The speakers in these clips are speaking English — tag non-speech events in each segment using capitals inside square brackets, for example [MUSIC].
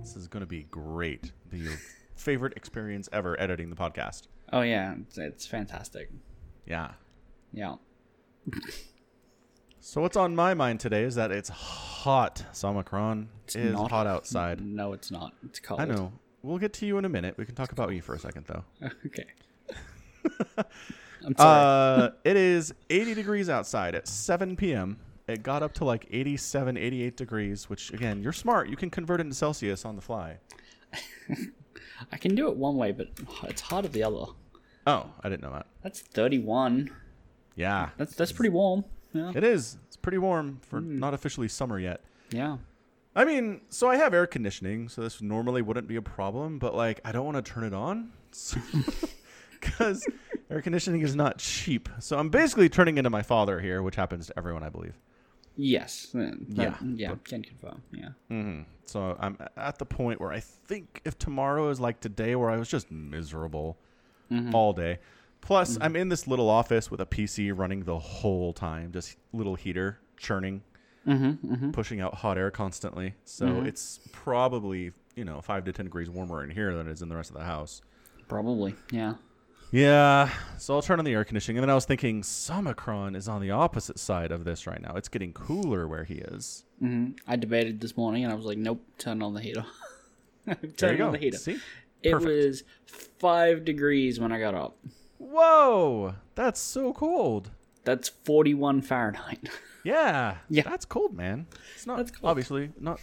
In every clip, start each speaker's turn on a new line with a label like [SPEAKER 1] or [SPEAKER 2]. [SPEAKER 1] This is going to be great. The your favorite experience ever editing the podcast.
[SPEAKER 2] Oh yeah, it's, it's fantastic.
[SPEAKER 1] Yeah.
[SPEAKER 2] Yeah.
[SPEAKER 1] So what's on my mind today is that it's hot. Samacron
[SPEAKER 2] It's
[SPEAKER 1] is
[SPEAKER 2] not-
[SPEAKER 1] hot outside.
[SPEAKER 2] [LAUGHS] No, it's not. It's cold.
[SPEAKER 1] I know. We'll get to you in a minute. We can talk about you for a second though.
[SPEAKER 2] [LAUGHS]
[SPEAKER 1] [LAUGHS]
[SPEAKER 2] Okay. I'm sorry. [LAUGHS]
[SPEAKER 1] Uh, it is 80 degrees outside at 7 p.m. It got up to like 87, 88 degrees, which again, you're smart. You can convert into Celsius on the fly.
[SPEAKER 2] I can do it one way, but it's harder the other.
[SPEAKER 1] Oh, I didn't know that.
[SPEAKER 2] That's 31.
[SPEAKER 1] Yeah.
[SPEAKER 2] That's Hmm. that's pretty warm. Yeah.
[SPEAKER 1] It is. It's pretty warm for not officially summer yet.
[SPEAKER 2] Yeah.
[SPEAKER 1] I mean, so I have air conditioning, so this normally wouldn't be a problem, but like I don't want to turn it on [LAUGHS] because air conditioning is not cheap. So I'm basically turning into my father here, which happens to everyone, I believe.
[SPEAKER 2] Yes. uh, that-
[SPEAKER 1] Yeah,
[SPEAKER 2] Yeah. Can confirm. Yeah.
[SPEAKER 1] So I'm at the point where I think if tomorrow is like today, where I was just miserable
[SPEAKER 2] Mm-hmm.
[SPEAKER 1] all day. Plus, I'm in this little office with a PC running the whole time, just little heater churning,
[SPEAKER 2] Mm-hmm,
[SPEAKER 1] pushing out hot air constantly. So it's probably you know five to ten degrees warmer in here than it is in the rest of the house.
[SPEAKER 2] Probably. Yeah.
[SPEAKER 1] Yeah, so I'll turn on the air conditioning, and then I was thinking, Somicron is on the opposite side of this right now. It's getting cooler where he is.
[SPEAKER 2] hmm I debated this morning, and I was like, "Nope, turn on the heater." [LAUGHS]
[SPEAKER 1] There
[SPEAKER 2] turn
[SPEAKER 1] you
[SPEAKER 2] on
[SPEAKER 1] go.
[SPEAKER 2] the heater.
[SPEAKER 1] See,
[SPEAKER 2] It
[SPEAKER 1] Perfect.
[SPEAKER 2] was five degrees when I got up.
[SPEAKER 1] Whoa, that's so cold.
[SPEAKER 2] That's 41 Fahrenheit. [LAUGHS]
[SPEAKER 1] Yeah.
[SPEAKER 2] Yeah.
[SPEAKER 1] That's cold, man. It's not
[SPEAKER 2] That's cold.
[SPEAKER 1] obviously not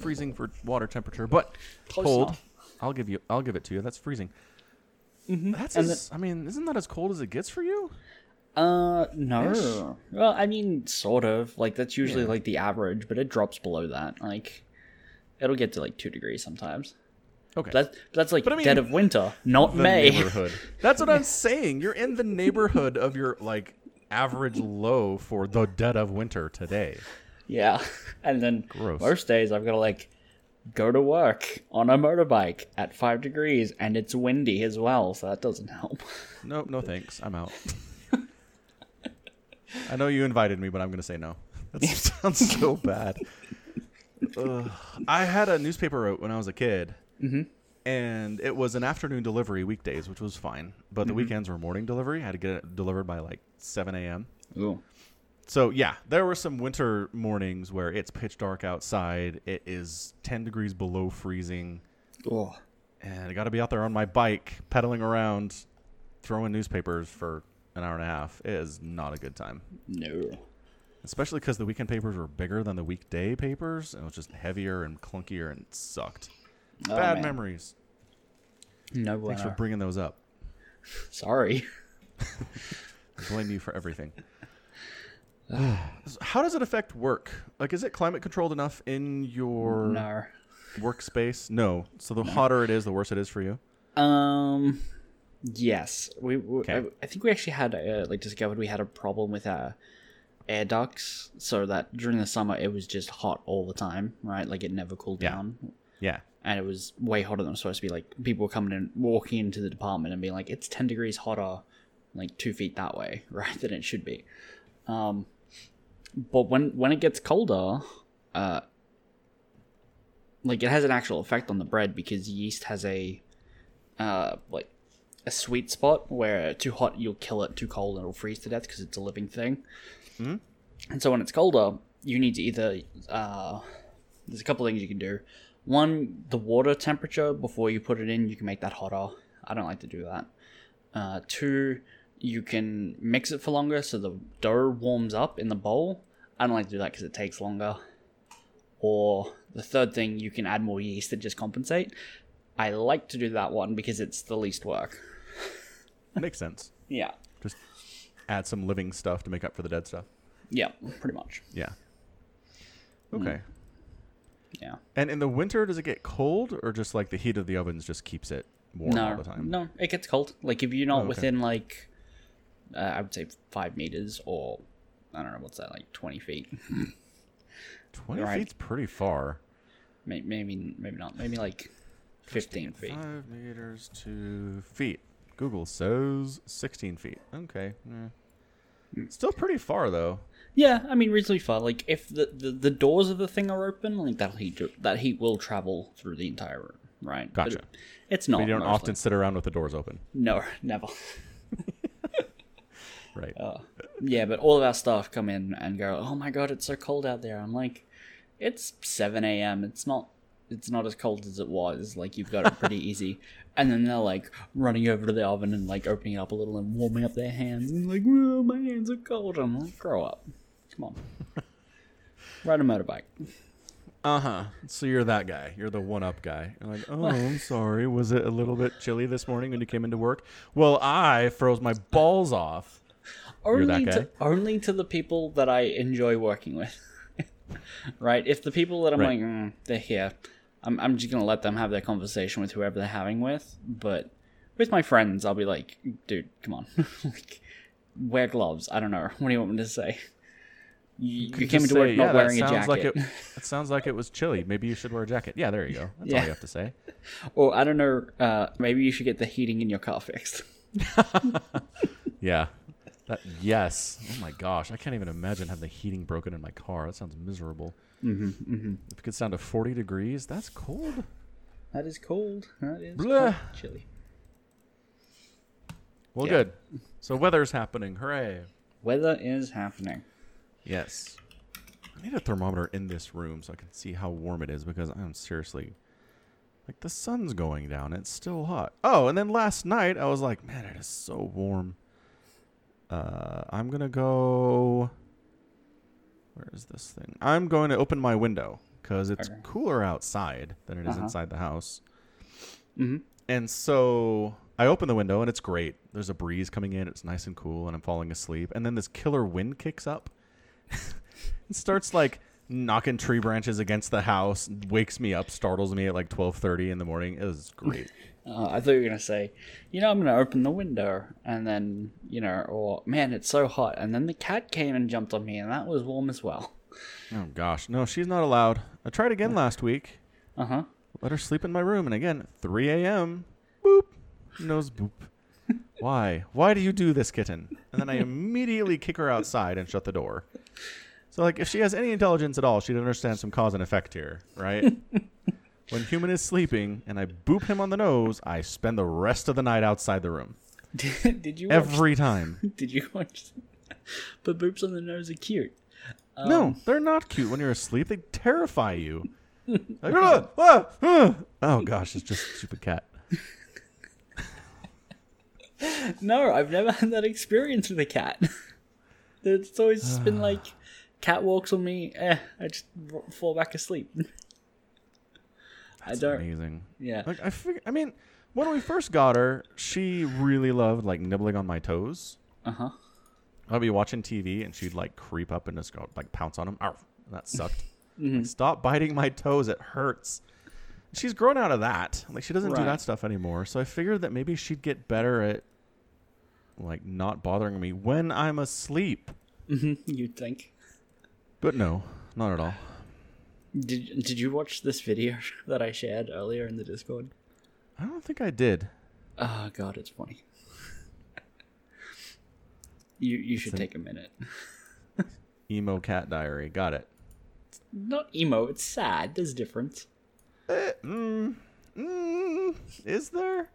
[SPEAKER 1] freezing for water temperature, but
[SPEAKER 2] Close
[SPEAKER 1] cold.
[SPEAKER 2] enough.
[SPEAKER 1] I'll give you I'll give it to you. That's freezing. That's
[SPEAKER 2] Mm-hmm. And
[SPEAKER 1] as, I mean, isn't that as cold as it gets for you?
[SPEAKER 2] Uh, no. Well, I mean, sort of. Like that's usually
[SPEAKER 1] Yeah.
[SPEAKER 2] like the average, but it drops below that. Like, it'll get to like two degrees sometimes.
[SPEAKER 1] Okay.
[SPEAKER 2] That's that's like
[SPEAKER 1] But I mean-
[SPEAKER 2] dead of winter, not
[SPEAKER 1] the
[SPEAKER 2] May.
[SPEAKER 1] neighborhood. That's what I'm saying. You're in the neighborhood of your like average low for the dead of winter today.
[SPEAKER 2] [LAUGHS] yeah, and then
[SPEAKER 1] Gross.
[SPEAKER 2] most days I've got to like go to work on a motorbike at five degrees, and it's windy as well, so that doesn't help.
[SPEAKER 1] Nope, no thanks. I'm out. I know you invited me, but I'm going to say no. [LAUGHS] That sounds so bad. Ugh. I had a newspaper route when I was a kid, and it was an afternoon delivery weekdays, which was fine. But the weekends were morning delivery. I had to get it delivered by like 7 a.m.
[SPEAKER 2] Ooh.
[SPEAKER 1] So yeah, there were some winter mornings where it's pitch dark outside. It is 10 degrees below freezing
[SPEAKER 2] Oh.
[SPEAKER 1] and I got to be out there on my bike, pedaling around, throwing newspapers for an hour and a half. It is not a good time,
[SPEAKER 2] No.
[SPEAKER 1] especially because the weekend papers were bigger than the weekday papers, and it was just heavier and clunkier and sucked.
[SPEAKER 2] Oh,
[SPEAKER 1] Bad
[SPEAKER 2] man. Uh.
[SPEAKER 1] memories.
[SPEAKER 2] No
[SPEAKER 1] Thanks for
[SPEAKER 2] bueno.
[SPEAKER 1] bringing those up.
[SPEAKER 2] Sorry. [LAUGHS]
[SPEAKER 1] I blame you for everything. How does it affect work? Like, is it climate controlled enough in your
[SPEAKER 2] No.
[SPEAKER 1] workspace? No. So the hotter it is, the worse it is for you.
[SPEAKER 2] Um. Yes, we. we
[SPEAKER 1] Okay.
[SPEAKER 2] I, I think we actually had uh, like discovered we had a problem with our air ducts, so that during the summer it was just hot all the time, right? Like it never cooled
[SPEAKER 1] Yeah.
[SPEAKER 2] down, [LAUGHS]
[SPEAKER 1] Yeah.
[SPEAKER 2] and it was way hotter than it was supposed to be. Like people were coming in, walking into the department, and being like, "It's ten degrees hotter, like two feet that way, [LAUGHS] right? Than it should be." Um, but when when it gets colder, uh, like it has an actual effect on the bread because yeast has a uh like a sweet spot where too hot you'll kill it, too cold it'll freeze to death because it's a living thing. And so when it's colder, you need to either uh, there's a couple things you can do. One, the water temperature before you put it in, you can make that hotter. I don't like to do that. Uh, two, you can mix it for longer so the dough warms up in the bowl. I don't like to do that because it takes longer. Or the third thing, you can add more yeast to just compensate. I like to do that one because it's the least work.
[SPEAKER 1] Makes sense.
[SPEAKER 2] Yeah.
[SPEAKER 1] Just add some living stuff to make up for the dead stuff.
[SPEAKER 2] Yeah, pretty much.
[SPEAKER 1] Yeah.
[SPEAKER 2] Hmm.
[SPEAKER 1] Okay.
[SPEAKER 2] Yeah.
[SPEAKER 1] And in the winter, does it get cold, or just like the heat of the ovens just keeps it warm all
[SPEAKER 2] No,
[SPEAKER 1] the time? Oh,
[SPEAKER 2] no, it gets cold. Like if you're not
[SPEAKER 1] okay.
[SPEAKER 2] within like, uh, I would say five meters or I don't know what's that like twenty feet. [LAUGHS]
[SPEAKER 1] twenty
[SPEAKER 2] Right.
[SPEAKER 1] feet's pretty far.
[SPEAKER 2] May- Maybe maybe not. Maybe like fifteen feet.
[SPEAKER 1] Five meters to feet. Google says sixteen feet. Okay. eh. Still pretty far though.
[SPEAKER 2] Yeah, I mean reasonably far. Like if the, the, the doors of the thing are open, like that heat that heat will travel through the entire room, right? But
[SPEAKER 1] Gotcha.
[SPEAKER 2] it- it's not.
[SPEAKER 1] But you don't
[SPEAKER 2] mostly.
[SPEAKER 1] often sit around with the doors open,
[SPEAKER 2] No, [LAUGHS] never.
[SPEAKER 1] right?
[SPEAKER 2] Uh. yeah, but all of our staff come in and go, "Oh my god, it's so cold out there." I'm like, "It's 7 a.m. It's not. It's not as cold as it was. Like you've got it pretty easy." And then they're like running over to the oven and like opening it up a little and warming up their hands and like, "Whoa, my hands are cold." I'm like, "Grow up, come on, ride a motorbike."
[SPEAKER 1] Uh huh. So you're that guy. You're the one up guy. And like, oh,
[SPEAKER 2] [LAUGHS]
[SPEAKER 1] I'm sorry. Was it a little bit chilly this morning when you came into work? Well, I froze my balls off.
[SPEAKER 2] Only
[SPEAKER 1] You're that
[SPEAKER 2] to only to the people that I enjoy working with. [LAUGHS] right? If the people that I'm
[SPEAKER 1] Right.
[SPEAKER 2] like, mm, they're here, I'm, I'm just gonna let them have their conversation with whoever they're having with. But with my friends, I'll be like, dude, come on, [LAUGHS] like, wear gloves. I don't know. [LAUGHS] What do you want me to say? You, you came
[SPEAKER 1] Just
[SPEAKER 2] into
[SPEAKER 1] say,
[SPEAKER 2] work not
[SPEAKER 1] "Yeah, that
[SPEAKER 2] wearing a
[SPEAKER 1] sounds
[SPEAKER 2] jacket,
[SPEAKER 1] Like it, it sounds like it was chilly. Maybe you should wear a jacket. Yeah, there you go. That's
[SPEAKER 2] Yeah.
[SPEAKER 1] all you have to say.
[SPEAKER 2] [LAUGHS] or I don't know. Uh, maybe you should get the heating in your car fixed. [LAUGHS]
[SPEAKER 1] Yeah. That, yes. Oh my gosh. I can't even imagine having the heating broken in my car. That sounds miserable. Mm-hmm, If it gets down to 40 degrees, that's cold.
[SPEAKER 2] That is cold. That is
[SPEAKER 1] Blah.
[SPEAKER 2] cold. chilly.
[SPEAKER 1] Well,
[SPEAKER 2] Yeah.
[SPEAKER 1] good. So weather's happening. Hooray.
[SPEAKER 2] Weather is happening.
[SPEAKER 1] Yes. I need a thermometer in this room so I can see how warm it is because I'm seriously like the sun's going down. It's still hot. Oh, and then last night I was like, man, it is so warm. Uh, I'm gonna go. Where is this thing? I'm going to open my window because it's
[SPEAKER 2] Okay.
[SPEAKER 1] cooler outside than it is
[SPEAKER 2] Uh-huh.
[SPEAKER 1] inside the house.
[SPEAKER 2] hmm
[SPEAKER 1] And so I open the window and it's great. There's a breeze coming in. It's nice and cool and I'm falling asleep. And then this killer wind kicks up and starts like knocking tree branches against the house, wakes me up, startles me at like 12:30 in the morning. It was great.
[SPEAKER 2] Uh, I thought you were gonna say, you know, I'm gonna open the window, and then you know, or man, it's so hot, and then the cat came and jumped on me, and that was warm as well.
[SPEAKER 1] oh gosh. No, she's not allowed. I tried again last week.
[SPEAKER 2] Uh huh.
[SPEAKER 1] Let her sleep in my room and again, 3 a.m. Boop. Nose boop. Why? Why do you do this, kitten? And then I immediately kick her outside and shut the door. So, like, if she has any intelligence at all, she'd understand some cause and effect here, right? when human is sleeping and I boop him on the nose, I spend the rest of the night outside the room
[SPEAKER 2] [LAUGHS] Did, did you watch,
[SPEAKER 1] every time.
[SPEAKER 2] [LAUGHS] did you watch? [LAUGHS] but boops on the nose are cute. Um,
[SPEAKER 1] no, they're not cute when you're asleep. They terrify
[SPEAKER 2] [LAUGHS]
[SPEAKER 1] you. Like, "Ah, ah, ah." Oh gosh, it's just a stupid cat.
[SPEAKER 2] No, I've never [LAUGHS] had that experience with a cat. [LAUGHS] it's always just
[SPEAKER 1] Ah.
[SPEAKER 2] been like, cat walks on me, eh, I just r- fall back asleep. [LAUGHS] I
[SPEAKER 1] That's
[SPEAKER 2] don't.
[SPEAKER 1] amazing.
[SPEAKER 2] Yeah.
[SPEAKER 1] Like I fig- I mean, when we first got her, she really loved like nibbling on my toes.
[SPEAKER 2] Uh huh.
[SPEAKER 1] I'd be watching TV and she'd like creep up and just go like pounce on him. Ow, that
[SPEAKER 2] [LAUGHS]
[SPEAKER 1] sucked.
[SPEAKER 2] Mm-hmm.
[SPEAKER 1] Like, stop biting my toes. It hurts. She's grown out of that. Like she doesn't do
[SPEAKER 2] Right.
[SPEAKER 1] that stuff anymore. So I figured that maybe she'd get better at like not bothering me when I'm asleep.
[SPEAKER 2] [LAUGHS] You'd think.
[SPEAKER 1] But no, not at all.
[SPEAKER 2] Did Did you watch this video [LAUGHS] that I shared earlier in the Discord?
[SPEAKER 1] I don't think I did. Ah,
[SPEAKER 2] Oh god, it's funny. [LAUGHS] you you should take a minute.
[SPEAKER 1] Emo cat diary. Got it.
[SPEAKER 2] Not emo, it's sad. There's difference.
[SPEAKER 1] Mm, is there?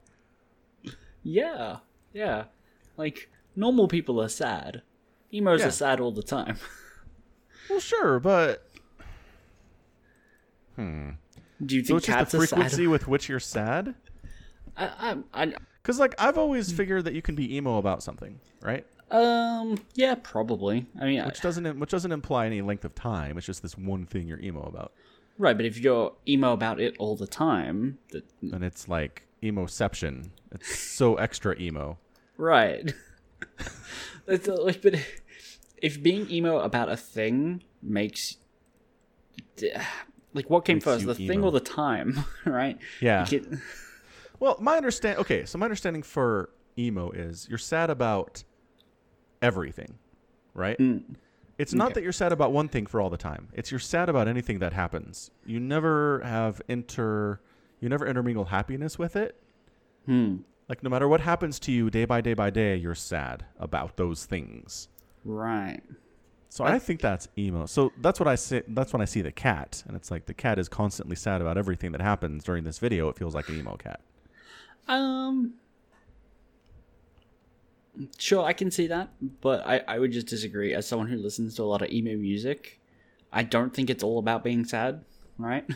[SPEAKER 2] Yeah. Yeah. Like normal people are sad. Emos
[SPEAKER 1] Yeah.
[SPEAKER 2] are sad all the time. [LAUGHS]
[SPEAKER 1] Well, sure, but
[SPEAKER 2] Do you
[SPEAKER 1] So
[SPEAKER 2] think
[SPEAKER 1] it's just
[SPEAKER 2] cats
[SPEAKER 1] the
[SPEAKER 2] are sad?
[SPEAKER 1] frequency with which you're sad.
[SPEAKER 2] I, I,
[SPEAKER 1] Because like I've always figured that you can be emo about something, right?
[SPEAKER 2] I, um yeah, probably. I mean, I,
[SPEAKER 1] Which doesn't which doesn't imply any length of time. It's just this one thing you're emo about,
[SPEAKER 2] right, but if you're emo about it all the time, that,
[SPEAKER 1] and it's like emoception. It's so extra emo. [LAUGHS]
[SPEAKER 2] Right. That's uh, like, but if being emo about a thing makes, [SIGHS] like, what came
[SPEAKER 1] Makes
[SPEAKER 2] first,
[SPEAKER 1] you
[SPEAKER 2] the thing
[SPEAKER 1] emo.
[SPEAKER 2] or the time? [LAUGHS] Right.
[SPEAKER 1] Yeah.
[SPEAKER 2] Get-
[SPEAKER 1] Well, my understand okay. So my understanding for emo is you're sad about everything, right? It's not that you're sad about one thing for all the time. It's you're sad about anything that happens. You never have inter, you never intermingle happiness with it. Like no matter what happens to you day by day by day, you're sad about those things.
[SPEAKER 2] Right.
[SPEAKER 1] So I think that's emo. So that's what I see. That's when I see the cat, and it's like the cat is constantly sad about everything that happens during this video. It feels like an emo cat.
[SPEAKER 2] Um. Sure, I can see that, but I, I would just disagree. As someone who listens to a lot of emo music, I don't think it's all about being sad, right?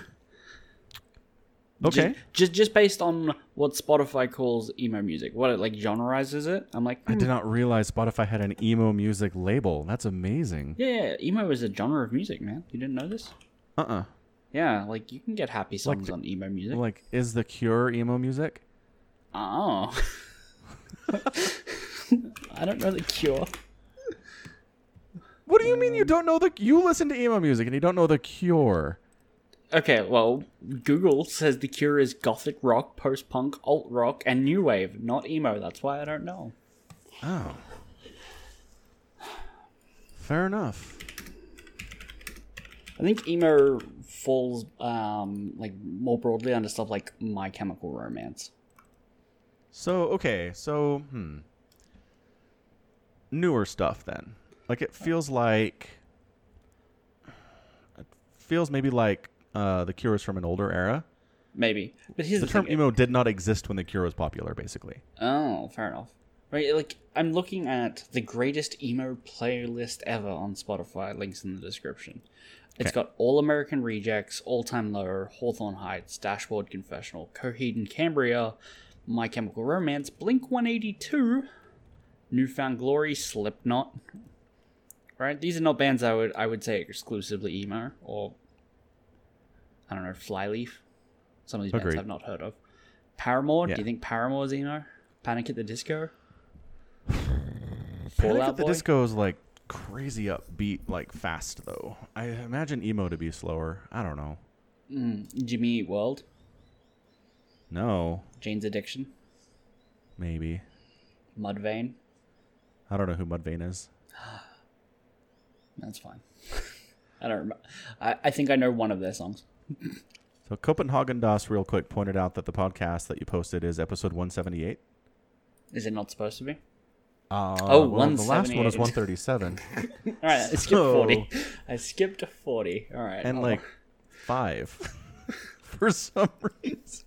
[SPEAKER 1] Okay,
[SPEAKER 2] Just just, just based on what Spotify calls emo music, what it like genreizes it. I'm like,
[SPEAKER 1] I
[SPEAKER 2] hmm,
[SPEAKER 1] did not realize Spotify had an emo music label. That's amazing.
[SPEAKER 2] yeah, yeah, emo is a genre of music, man. You didn't know this?
[SPEAKER 1] Uh uh
[SPEAKER 2] Yeah, like you can get happy songs on emo music.
[SPEAKER 1] Like, is the Cure emo music?
[SPEAKER 2] oh. [LAUGHS] I don't know the cure.
[SPEAKER 1] What do you mean you don't know the? You listen to emo music and you don't know the Cure?
[SPEAKER 2] Okay, well, Google says the cure is gothic rock, post punk, alt rock, and new wave, not emo. That's why I don't know.
[SPEAKER 1] Oh, fair enough.
[SPEAKER 2] I think emo falls um, like more broadly under stuff like My Chemical Romance.
[SPEAKER 1] So okay, so hmm. Newer stuff then. Like it feels like it feels maybe like uh, the Cure is from an older era.
[SPEAKER 2] Maybe, but here's
[SPEAKER 1] The
[SPEAKER 2] the,
[SPEAKER 1] term
[SPEAKER 2] thing.
[SPEAKER 1] emo did not exist when the Cure was popular, basically.
[SPEAKER 2] Oh, fair enough. Right, like I'm looking at the greatest emo playlist ever on Spotify. Links in the description. It's got All American Rejects, All Time Low, Hawthorne Heights, Dashboard Confessional, Coheed and Cambria, My Chemical Romance, Blink 182, Newfound Glory, Slipknot. Right, these are not bands I would I would say exclusively emo or I don't know Flyleaf. Some of these bands
[SPEAKER 1] Agreed.
[SPEAKER 2] I've not heard of. Paramore.
[SPEAKER 1] Yeah.
[SPEAKER 2] Do you think Paramore's emo? Panic at the Disco.
[SPEAKER 1] Mm, Panic
[SPEAKER 2] Fallout
[SPEAKER 1] at the
[SPEAKER 2] Boy?
[SPEAKER 1] Disco is like crazy upbeat, like fast though. I imagine emo to be slower. I don't know.
[SPEAKER 2] Jimmy Eat World.
[SPEAKER 1] No,
[SPEAKER 2] Jane's Addiction.
[SPEAKER 1] maybe.
[SPEAKER 2] Mudvayne.
[SPEAKER 1] I don't know who Mudvayne is.
[SPEAKER 2] That's fine. [LAUGHS] I don't remember. I, I think I know one of their songs.
[SPEAKER 1] So Copenhagen Das real quick pointed out that the podcast that you posted is episode 178.
[SPEAKER 2] Is it not supposed to be?
[SPEAKER 1] Uh,
[SPEAKER 2] Oh,
[SPEAKER 1] well, the last one is
[SPEAKER 2] 178.
[SPEAKER 1] [LAUGHS] 137.
[SPEAKER 2] All right, I skipped
[SPEAKER 1] So-
[SPEAKER 2] 40. [LAUGHS] I skipped 40. All right.
[SPEAKER 1] and
[SPEAKER 2] I'll-
[SPEAKER 1] like five [LAUGHS] for some reason.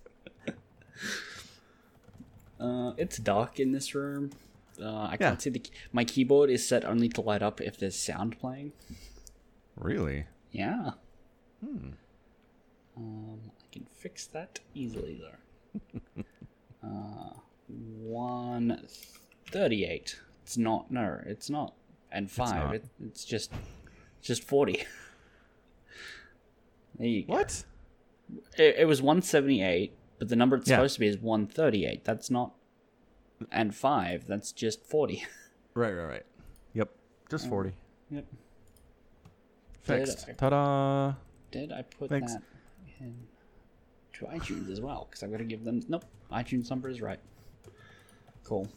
[SPEAKER 2] Uh, it's dark in this room. Uh, I
[SPEAKER 1] Yeah.
[SPEAKER 2] can't see the. key- My keyboard is set only to light up if there's sound playing.
[SPEAKER 1] Really?
[SPEAKER 2] Yeah. Hmm. Um, I can fix that easily though. [LAUGHS] uh, one thirty-eight. It's not. No, it's not. And five.
[SPEAKER 1] not.
[SPEAKER 2] It, it's just, just forty. [LAUGHS] there you go.
[SPEAKER 1] What?
[SPEAKER 2] It, it was one seventy-eight, but the number it's
[SPEAKER 1] Yeah.
[SPEAKER 2] supposed to be is one thirty-eight. That's not. And five. That's just forty. [LAUGHS]
[SPEAKER 1] Right, right, right. Yep. Just 40.
[SPEAKER 2] yep.
[SPEAKER 1] Fixed.
[SPEAKER 2] Did
[SPEAKER 1] Ta
[SPEAKER 2] I-
[SPEAKER 1] da.
[SPEAKER 2] Did I put
[SPEAKER 1] Thanks.
[SPEAKER 2] that in to iTunes as well? Because I've got to give them. Nope, iTunes number is right. Cool.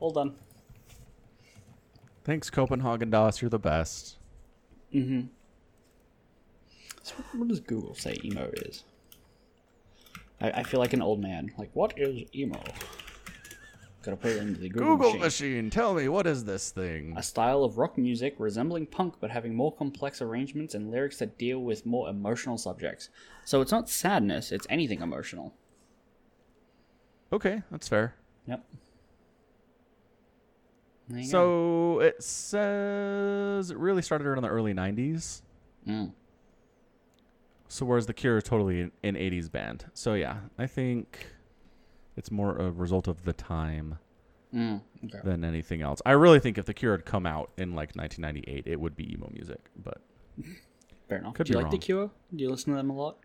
[SPEAKER 2] All done.
[SPEAKER 1] Thanks, Copenhagen Das. You're the best.
[SPEAKER 2] So what does Google say emo is? I, I feel like an old man. Like, what is emo? Gotta put it into the Google,
[SPEAKER 1] Google
[SPEAKER 2] machine.
[SPEAKER 1] machine, tell me, what is this thing?
[SPEAKER 2] A style of rock music resembling punk but having more complex arrangements and lyrics that deal with more emotional subjects. So it's not sadness, it's anything emotional.
[SPEAKER 1] Okay, that's fair.
[SPEAKER 2] Yep. There you go.
[SPEAKER 1] So it says it really started around the early 90s.
[SPEAKER 2] Mm.
[SPEAKER 1] So whereas the Cure is totally an, an 80s band. So yeah, I think it's more a result of the time
[SPEAKER 2] Mm, okay.
[SPEAKER 1] than anything else. I really think if the Cure had come out in like 1998, it would be emo music. But
[SPEAKER 2] Fair enough.
[SPEAKER 1] Could
[SPEAKER 2] Do you
[SPEAKER 1] be
[SPEAKER 2] like The
[SPEAKER 1] wrong.
[SPEAKER 2] Cure? Do you listen to them a lot?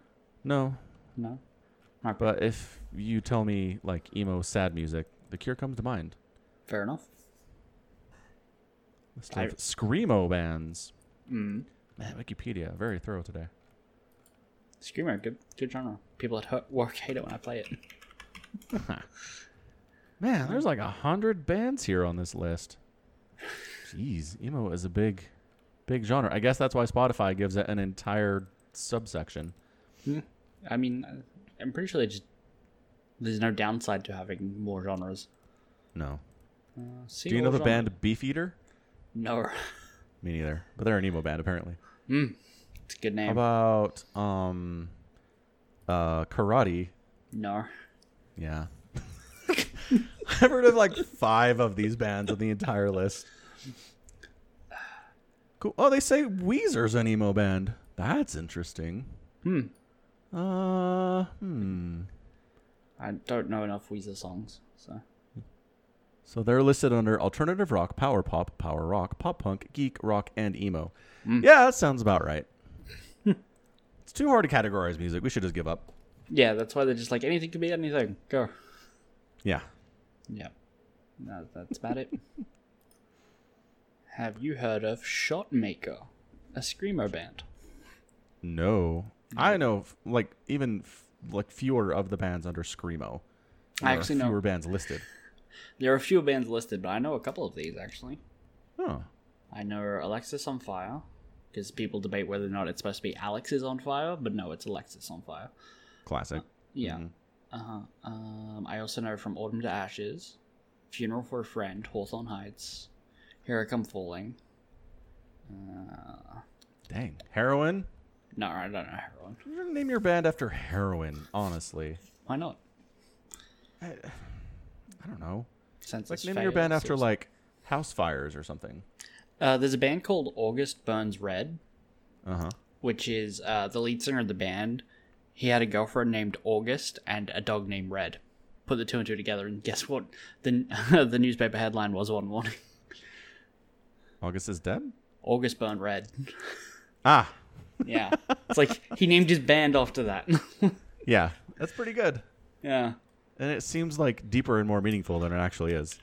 [SPEAKER 1] no.
[SPEAKER 2] No.
[SPEAKER 1] But if you tell me like emo sad music, the Cure comes to mind.
[SPEAKER 2] Fair enough.
[SPEAKER 1] List
[SPEAKER 2] I-
[SPEAKER 1] of screamo bands.
[SPEAKER 2] Mm.
[SPEAKER 1] Man, Wikipedia very thorough today.
[SPEAKER 2] Screamo, good, good genre. People at ho- work hate it when I play it.
[SPEAKER 1] Man, there's like a hundred bands here on this list. Jeez, emo is a big, big genre. I guess that's why Spotify gives it an entire subsection.
[SPEAKER 2] I mean, I- I'm pretty sure they just there's no downside to having more genres.
[SPEAKER 1] No.
[SPEAKER 2] Uh,
[SPEAKER 1] Do you know the band Beefeater?
[SPEAKER 2] No.
[SPEAKER 1] Me neither. But they're an emo band apparently.
[SPEAKER 2] [LAUGHS] It's a good name.
[SPEAKER 1] How about um, uh, karate?
[SPEAKER 2] no.
[SPEAKER 1] Yeah. [LAUGHS] I've heard of like five of these bands on the entire list. Cool. Oh, they say Weezer's an emo band. That's interesting. Hmm. Uh, hmm.
[SPEAKER 2] I don't know enough Weezer songs, so
[SPEAKER 1] So they're listed under alternative rock, power pop, power rock, pop punk, geek rock, and emo. Yeah, that sounds about right. it's too hard to categorize music. We should just give up.
[SPEAKER 2] yeah, that's why they're just like anything could be anything. Go.
[SPEAKER 1] Yeah.
[SPEAKER 2] Yeah. No, that's
[SPEAKER 1] [LAUGHS]
[SPEAKER 2] about it. Have you heard of Shotmaker, a screamo band?
[SPEAKER 1] No, I know f- like even f- like fewer of the bands under screamo.
[SPEAKER 2] I
[SPEAKER 1] There are
[SPEAKER 2] actually know-
[SPEAKER 1] fewer bands listed.
[SPEAKER 2] There are a few bands listed, but I know a couple of these actually.
[SPEAKER 1] Oh,
[SPEAKER 2] I know Alexis on Fire, because people debate whether or not it's supposed to be Alex is on fire, but no, it's Alexis on fire.
[SPEAKER 1] classic.
[SPEAKER 2] Yeah.
[SPEAKER 1] Mm-hmm.
[SPEAKER 2] Uh-huh. Um, I also know from Autumn to Ashes, Funeral for a Friend, Hawthorne Heights, Here I Come Falling.
[SPEAKER 1] Dang, heroin.
[SPEAKER 2] No, I don't know heroin.
[SPEAKER 1] You should Name your band after heroin. Honestly,
[SPEAKER 2] Why not?
[SPEAKER 1] I don't know.
[SPEAKER 2] Since
[SPEAKER 1] Like
[SPEAKER 2] it's
[SPEAKER 1] name your band
[SPEAKER 2] failed,
[SPEAKER 1] after
[SPEAKER 2] it's-
[SPEAKER 1] like house fires or something.
[SPEAKER 2] Uh, there's a band called August Burns Red,
[SPEAKER 1] Uh
[SPEAKER 2] Uh-huh.
[SPEAKER 1] huh.
[SPEAKER 2] which is uh, the lead singer of the band. He had a girlfriend named August and a dog named Red. Put the two and two together, and guess what? The the [LAUGHS] newspaper headline was one morning: [LAUGHS]
[SPEAKER 1] August is dead.
[SPEAKER 2] August Burn Red.
[SPEAKER 1] Ah,
[SPEAKER 2] Yeah, it's like he named his band after that. [LAUGHS]
[SPEAKER 1] yeah, that's pretty good.
[SPEAKER 2] yeah,
[SPEAKER 1] And it seems like deeper and more meaningful than it actually is.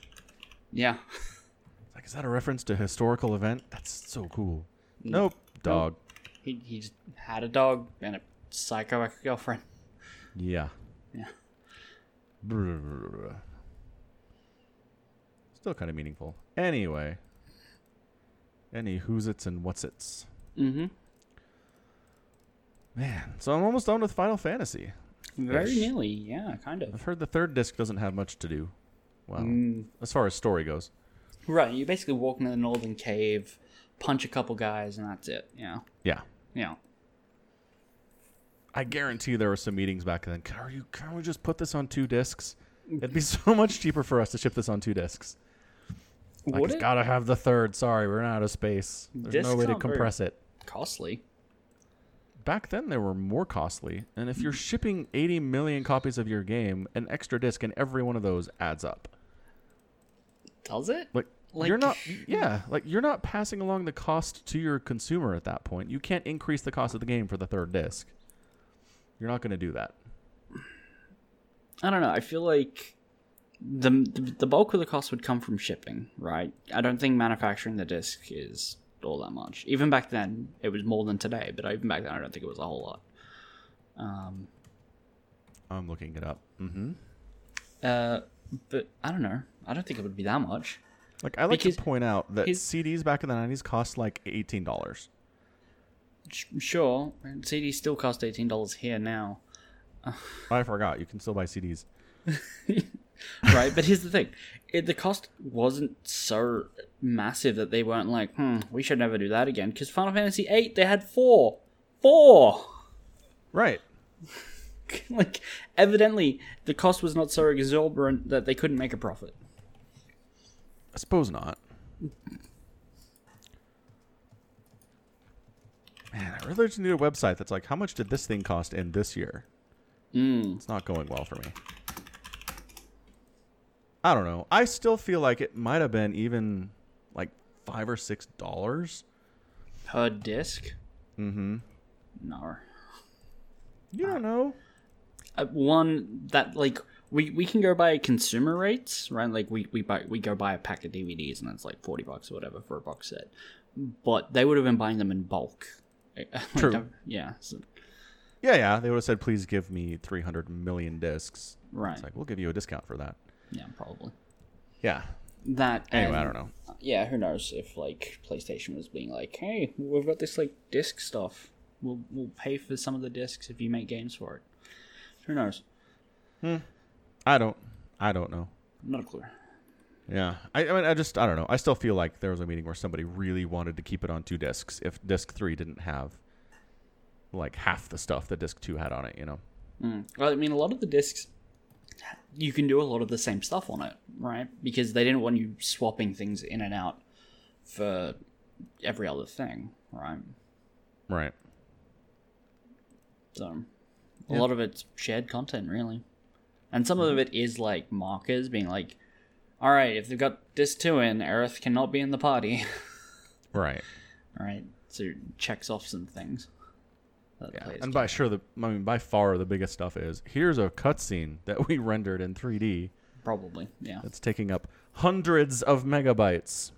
[SPEAKER 2] yeah.
[SPEAKER 1] It's like, is that a reference to a historical event? That's so cool. Nope. Dog.
[SPEAKER 2] He he just had a dog and a psycho girlfriend.
[SPEAKER 1] Yeah.
[SPEAKER 2] Yeah.
[SPEAKER 1] Brr. Still kind of meaningful. Anyway. Any who's its and what's its.
[SPEAKER 2] Mm-hmm.
[SPEAKER 1] Man, so I'm almost done with Final Fantasy.
[SPEAKER 2] Very
[SPEAKER 1] Yes.
[SPEAKER 2] nearly, yeah, kind of.
[SPEAKER 1] I've heard the third disc doesn't have much to do. Wow.
[SPEAKER 2] Mm.
[SPEAKER 1] As far as story goes.
[SPEAKER 2] Right, you basically walk into the northern cave, punch a couple guys, and that's it. Yeah,
[SPEAKER 1] Yeah.
[SPEAKER 2] yeah.
[SPEAKER 1] I guarantee there were some meetings back then. Can, are you, can we just put this on two discs? It'd be
[SPEAKER 2] Mm-hmm.
[SPEAKER 1] so much cheaper for us to ship this on two discs. Like,
[SPEAKER 2] Would
[SPEAKER 1] it's
[SPEAKER 2] it
[SPEAKER 1] gotta have the third. Sorry, we're out of space. There's
[SPEAKER 2] Discs
[SPEAKER 1] no way to
[SPEAKER 2] aren't very-
[SPEAKER 1] compress it.
[SPEAKER 2] costly?
[SPEAKER 1] Back then, they were more costly. And if you're shipping 80 million copies of your game, an extra disc in every one of those adds up.
[SPEAKER 2] Does it?
[SPEAKER 1] Like,
[SPEAKER 2] Like-
[SPEAKER 1] you're not, yeah, like you're not passing along the cost to your consumer at that point. You can't increase the cost of the game for the third disc. You're not going to do that.
[SPEAKER 2] I don't know. I feel like the the bulk of the cost would come from shipping, right? I don't think manufacturing the disc is all that much. Even back then, it was more than today, but even back then, I don't think it was a whole lot.
[SPEAKER 1] I'm looking it up. Mm-hmm.
[SPEAKER 2] Uh, but I don't know. I don't think it would be that much.
[SPEAKER 1] Like, I like
[SPEAKER 2] Because
[SPEAKER 1] to point out that
[SPEAKER 2] his-
[SPEAKER 1] CDs back in the 90s cost like $18.
[SPEAKER 2] Sh- sure, and CDs still cost eighteen dollars here now,
[SPEAKER 1] I forgot. You can still buy CDs.
[SPEAKER 2] right? but here's the thing: it, the cost wasn't so massive that they weren't like, "Hmm, we should never do that again." Because Final Fantasy VIII, they had four, four.
[SPEAKER 1] Right.
[SPEAKER 2] [LAUGHS] like evidently the cost was not so exorbitant that they couldn't make a profit
[SPEAKER 1] I suppose not. Man, I really just need a website that's like, how much did this thing cost in this year?
[SPEAKER 2] Hmm.
[SPEAKER 1] It's not going well for me. I don't know. I still feel like it might have been even like five or six dollars.
[SPEAKER 2] per disc mm-hmm no
[SPEAKER 1] You don't know.
[SPEAKER 2] uh, one that like we, we can go by consumer rates right like we, we buy we go buy a pack of dvds and that's like 40 bucks or whatever for a box set but they would have been buying them in bulk [LAUGHS] Like,
[SPEAKER 1] True.
[SPEAKER 2] don't- yeah so-
[SPEAKER 1] Yeah, yeah. They would have said, please give me 300 million discs.
[SPEAKER 2] right
[SPEAKER 1] It's like, we'll give you a discount for that.
[SPEAKER 2] yeah probably
[SPEAKER 1] Yeah.
[SPEAKER 2] that
[SPEAKER 1] Anyway, I
[SPEAKER 2] and-
[SPEAKER 1] don't know.
[SPEAKER 2] yeah, who knows if like PlayStation was being like, hey, we've got this like disc stuff. We'll we'll pay for some of the discs if you make games for it. Who knows?
[SPEAKER 1] I don't. I don't know.
[SPEAKER 2] Not a clue.
[SPEAKER 1] Yeah. I, I mean, I just, I don't know. I still feel like there was a meeting where somebody really wanted to keep it on two discs if disc three didn't have like half the stuff that disc two had on it, you know?
[SPEAKER 2] Mm. Well, I mean, a lot of the discs, you can do a lot of the same stuff on it, right? Because they didn't want you swapping things in and out for every other thing, right?
[SPEAKER 1] Right.
[SPEAKER 2] So a
[SPEAKER 1] Yeah.
[SPEAKER 2] lot of it's shared content, really. And some
[SPEAKER 1] Mm-hmm.
[SPEAKER 2] of it is like markers being like, all right, if they've got disc two in, Aerith cannot be in the party. [LAUGHS]
[SPEAKER 1] Right.
[SPEAKER 2] all right, so it checks off some things. That
[SPEAKER 1] Yeah.
[SPEAKER 2] players
[SPEAKER 1] And
[SPEAKER 2] can-
[SPEAKER 1] by sure, the, I mean, by far the biggest stuff is here's a cutscene that we rendered in 3D
[SPEAKER 2] probably, yeah.
[SPEAKER 1] that's taking up hundreds of megabytes,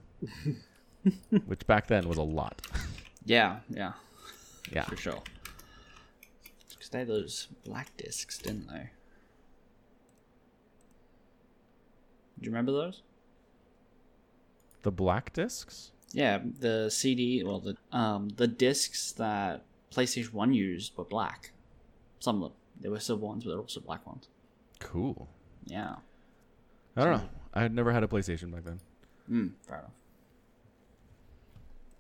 [SPEAKER 1] which back then was a lot.
[SPEAKER 2] Yeah, yeah,
[SPEAKER 1] Yeah.
[SPEAKER 2] for sure. Because they had those black discs, didn't they? Do you remember those?
[SPEAKER 1] The black discs?
[SPEAKER 2] Yeah, the CD, well, the um, the discs that PlayStation One used were black. Some of them. There were silver ones, but there were also black ones.
[SPEAKER 1] Cool.
[SPEAKER 2] Yeah.
[SPEAKER 1] I don't know. I had never had a PlayStation back then.
[SPEAKER 2] Mm, fair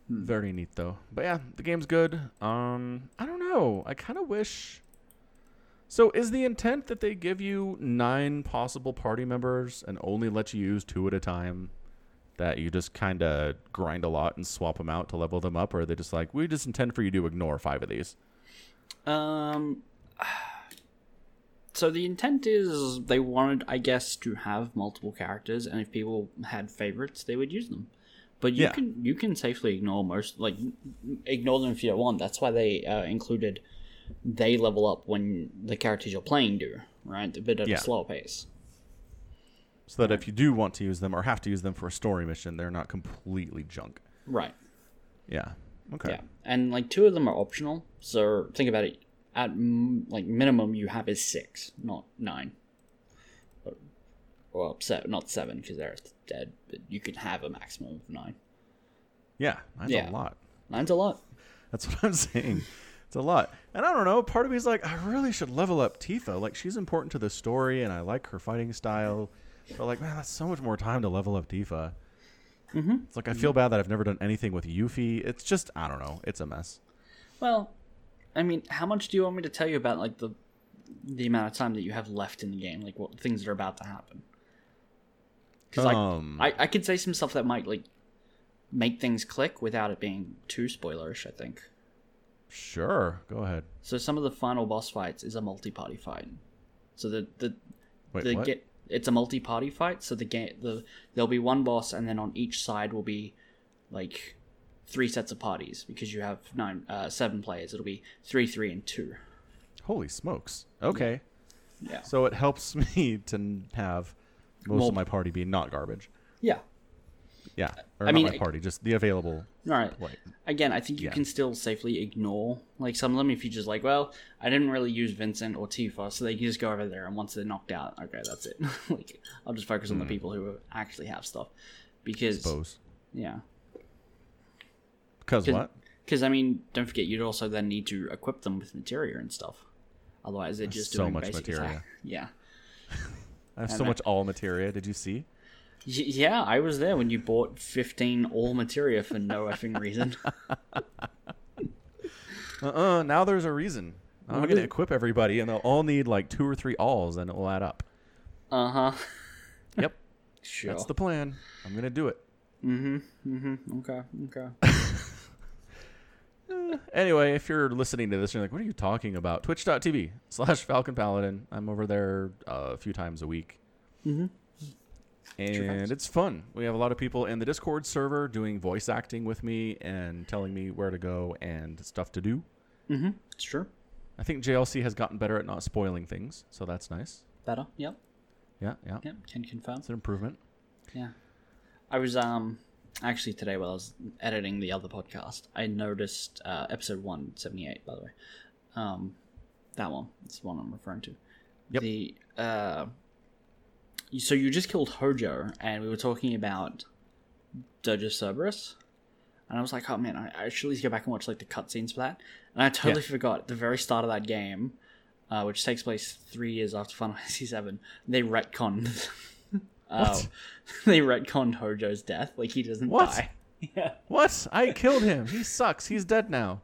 [SPEAKER 2] enough.
[SPEAKER 1] Very neat though. But yeah, the game's good. Um I don't know. I kind of wish So is the intent that they give you 9 possible party members and only let you use 2 at a time that you just kind of grind a lot and swap them out to level them up or are they just like we just intend for you to ignore 5 of these?
[SPEAKER 2] Um. [SIGHS] So the intent is they wanted, I guess, to have multiple characters, and if people had favorites, they would use them. But you
[SPEAKER 1] Yeah.
[SPEAKER 2] can you can safely ignore most, like ignore them if you don't want. That's why they uh, included they level up when the characters you're playing do, right? A bit at
[SPEAKER 1] Yeah.
[SPEAKER 2] a slower pace.
[SPEAKER 1] So that if you do want to use them or have to use them for a story mission, they're not completely junk.
[SPEAKER 2] Right.
[SPEAKER 1] Yeah. Okay.
[SPEAKER 2] Yeah. And like two of them are optional. So think about it. At m- like minimum, you have is six, not nine. Or- Well, se- not seven because they're dead, but you could have a maximum of nine.
[SPEAKER 1] Yeah, that's
[SPEAKER 2] Yeah.
[SPEAKER 1] a lot.
[SPEAKER 2] Nine's a lot.
[SPEAKER 1] That's what I'm [LAUGHS] saying. It's a lot. And I don't know, part of me is like, I really should level up Tifa. Like, she's important to the story, and I like her fighting style. But, like, man, that's so much more time to level up Tifa. Mm-hmm. It's like, I feel bad that I've never done anything with Yuffie. It's just, I don't know. It's a mess.
[SPEAKER 2] Well, I mean, how much do you want me to tell you about like the the amount of time that you have left in the game, like what things are about to happen? Because like
[SPEAKER 1] Um.
[SPEAKER 2] I, I could say some stuff that might like make things click without it being too spoilerish. I think.
[SPEAKER 1] Sure. Go ahead.
[SPEAKER 2] So some of the final boss fights is a multi-party fight. So the the,
[SPEAKER 1] Wait,
[SPEAKER 2] the
[SPEAKER 1] what?
[SPEAKER 2] get it's a multi-party fight. So the game the there'll be one boss, and then on each side will be like three sets of parties because you have nine uh, seven players. It'll be three, three, and two.
[SPEAKER 1] Holy smokes. Okay.
[SPEAKER 2] Yeah.
[SPEAKER 1] So it helps [LAUGHS] me to n- have most
[SPEAKER 2] Multi-
[SPEAKER 1] of my party be not garbage.
[SPEAKER 2] Yeah.
[SPEAKER 1] Yeah. Or
[SPEAKER 2] I
[SPEAKER 1] not
[SPEAKER 2] mean,
[SPEAKER 1] my
[SPEAKER 2] I-
[SPEAKER 1] party, just the available.
[SPEAKER 2] All right.
[SPEAKER 1] Like,
[SPEAKER 2] Again, I think you
[SPEAKER 1] Yeah.
[SPEAKER 2] can still safely ignore like some of them if you just like, well, I didn't really use Vincent or Tifa, so they can just go over there and once they're knocked out, okay, that's it. [LAUGHS] like I'll just focus
[SPEAKER 1] Hmm.
[SPEAKER 2] on the people who actually have stuff because
[SPEAKER 1] bows.
[SPEAKER 2] yeah.
[SPEAKER 1] Because
[SPEAKER 2] Cause-
[SPEAKER 1] what?
[SPEAKER 2] Because I mean, don't forget you'd also then need to equip them with materia and stuff. Otherwise, they're just
[SPEAKER 1] so
[SPEAKER 2] doing
[SPEAKER 1] much
[SPEAKER 2] basic
[SPEAKER 1] materia.
[SPEAKER 2] attack. Yeah,
[SPEAKER 1] I have so much all materia. Did you see?
[SPEAKER 2] Y- yeah. I was there when you bought fifteen all materia for no
[SPEAKER 1] [LAUGHS]
[SPEAKER 2] effing reason.
[SPEAKER 1] Uh-uh, now there's a reason. I'm
[SPEAKER 2] What
[SPEAKER 1] going
[SPEAKER 2] is-
[SPEAKER 1] to equip everybody, and they'll all need like two or three alls, and it will add up.
[SPEAKER 2] Uh huh.
[SPEAKER 1] Yep,
[SPEAKER 2] Sure.
[SPEAKER 1] that's the plan. I'm going to do it.
[SPEAKER 2] Mm-hmm. Okay. Okay.
[SPEAKER 1] Anyway, if you're listening to this, you're like, what are you talking about? Twitch.tv [LAUGHS] slash Falcon Paladin. I'm over there uh, a few times a week. And it's fun. We have a lot of people in the Discord server doing voice acting with me and telling me where to go and stuff to do.
[SPEAKER 2] It's true.
[SPEAKER 1] I think JLC has gotten better at not spoiling things, so that's nice.
[SPEAKER 2] Better. Yep.
[SPEAKER 1] Yeah, yeah.
[SPEAKER 2] Yep. Can confirm.
[SPEAKER 1] It's an improvement.
[SPEAKER 2] Yeah. I was um actually today while I was editing the other podcast, I noticed uh, episode one seventy eight. By the way, um, that one. It's the one I'm referring to.
[SPEAKER 1] Yep.
[SPEAKER 2] The uh, you- so you just killed Hojo, and we were talking about Doge of Cerberus. And I was like, oh man, I, I should at least go back and watch like the cutscenes for that. And I totally forgot at the very start of that game, [LAUGHS] uh, which takes place three years after Final Fantasy VII, they retconned [LAUGHS] Uh, [LAUGHS] they retconned Hojo's death. Like he doesn't
[SPEAKER 1] What?
[SPEAKER 2] die. Yeah.
[SPEAKER 1] What? [LAUGHS] I killed him. He sucks. He's dead now.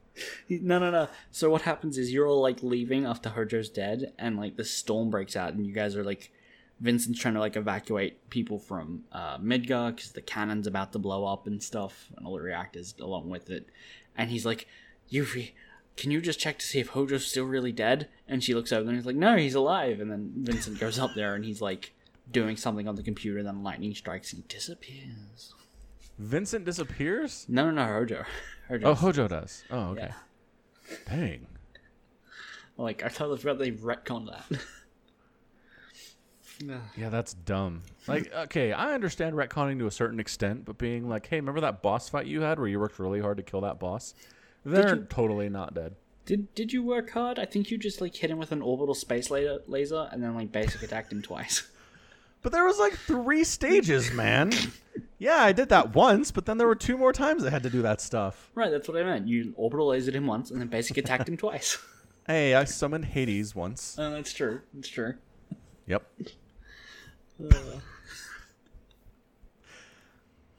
[SPEAKER 2] No, no, no. So what happens is you're all like leaving after Hojo's dead, and like the storm breaks out, and you guys are like, Vincent's trying to like evacuate people from uh, Midgar because the cannon's about to blow up and stuff, and all the reactors along with it. And he's like, Yuffie, can you just check to see if Hojo's still really dead? And she looks over and he's like, No, he's alive. And then Vincent goes up there and he's like doing something on the computer, and then lightning strikes and he disappears.
[SPEAKER 1] Vincent disappears?
[SPEAKER 2] No, no, no, Hojo. [LAUGHS] Hojo.
[SPEAKER 1] Oh, Hojo does. Oh, okay.
[SPEAKER 2] Yeah.
[SPEAKER 1] Dang.
[SPEAKER 2] Like I totally forgot they retconned [LAUGHS] that. No.
[SPEAKER 1] Yeah, that's dumb. Like, okay, I understand retconning to a certain extent, but being like, hey, remember that boss fight you had where you worked really hard to kill that boss? They're
[SPEAKER 2] you-
[SPEAKER 1] totally not dead.
[SPEAKER 2] Did did you work hard? I think you just like hit him with an orbital space laser, laser and then like basic attacked him twice. [LAUGHS]
[SPEAKER 1] But there was like three [LAUGHS] stages, man. yeah, I did that once, but then there were two more times I had to do that stuff.
[SPEAKER 2] Right, that's what I meant. You orbital lasered him once and then basic attacked him twice.
[SPEAKER 1] Hey, I summoned Hades once.
[SPEAKER 2] [LAUGHS] Uh, that's true. That's true.
[SPEAKER 1] [LAUGHS] Yep.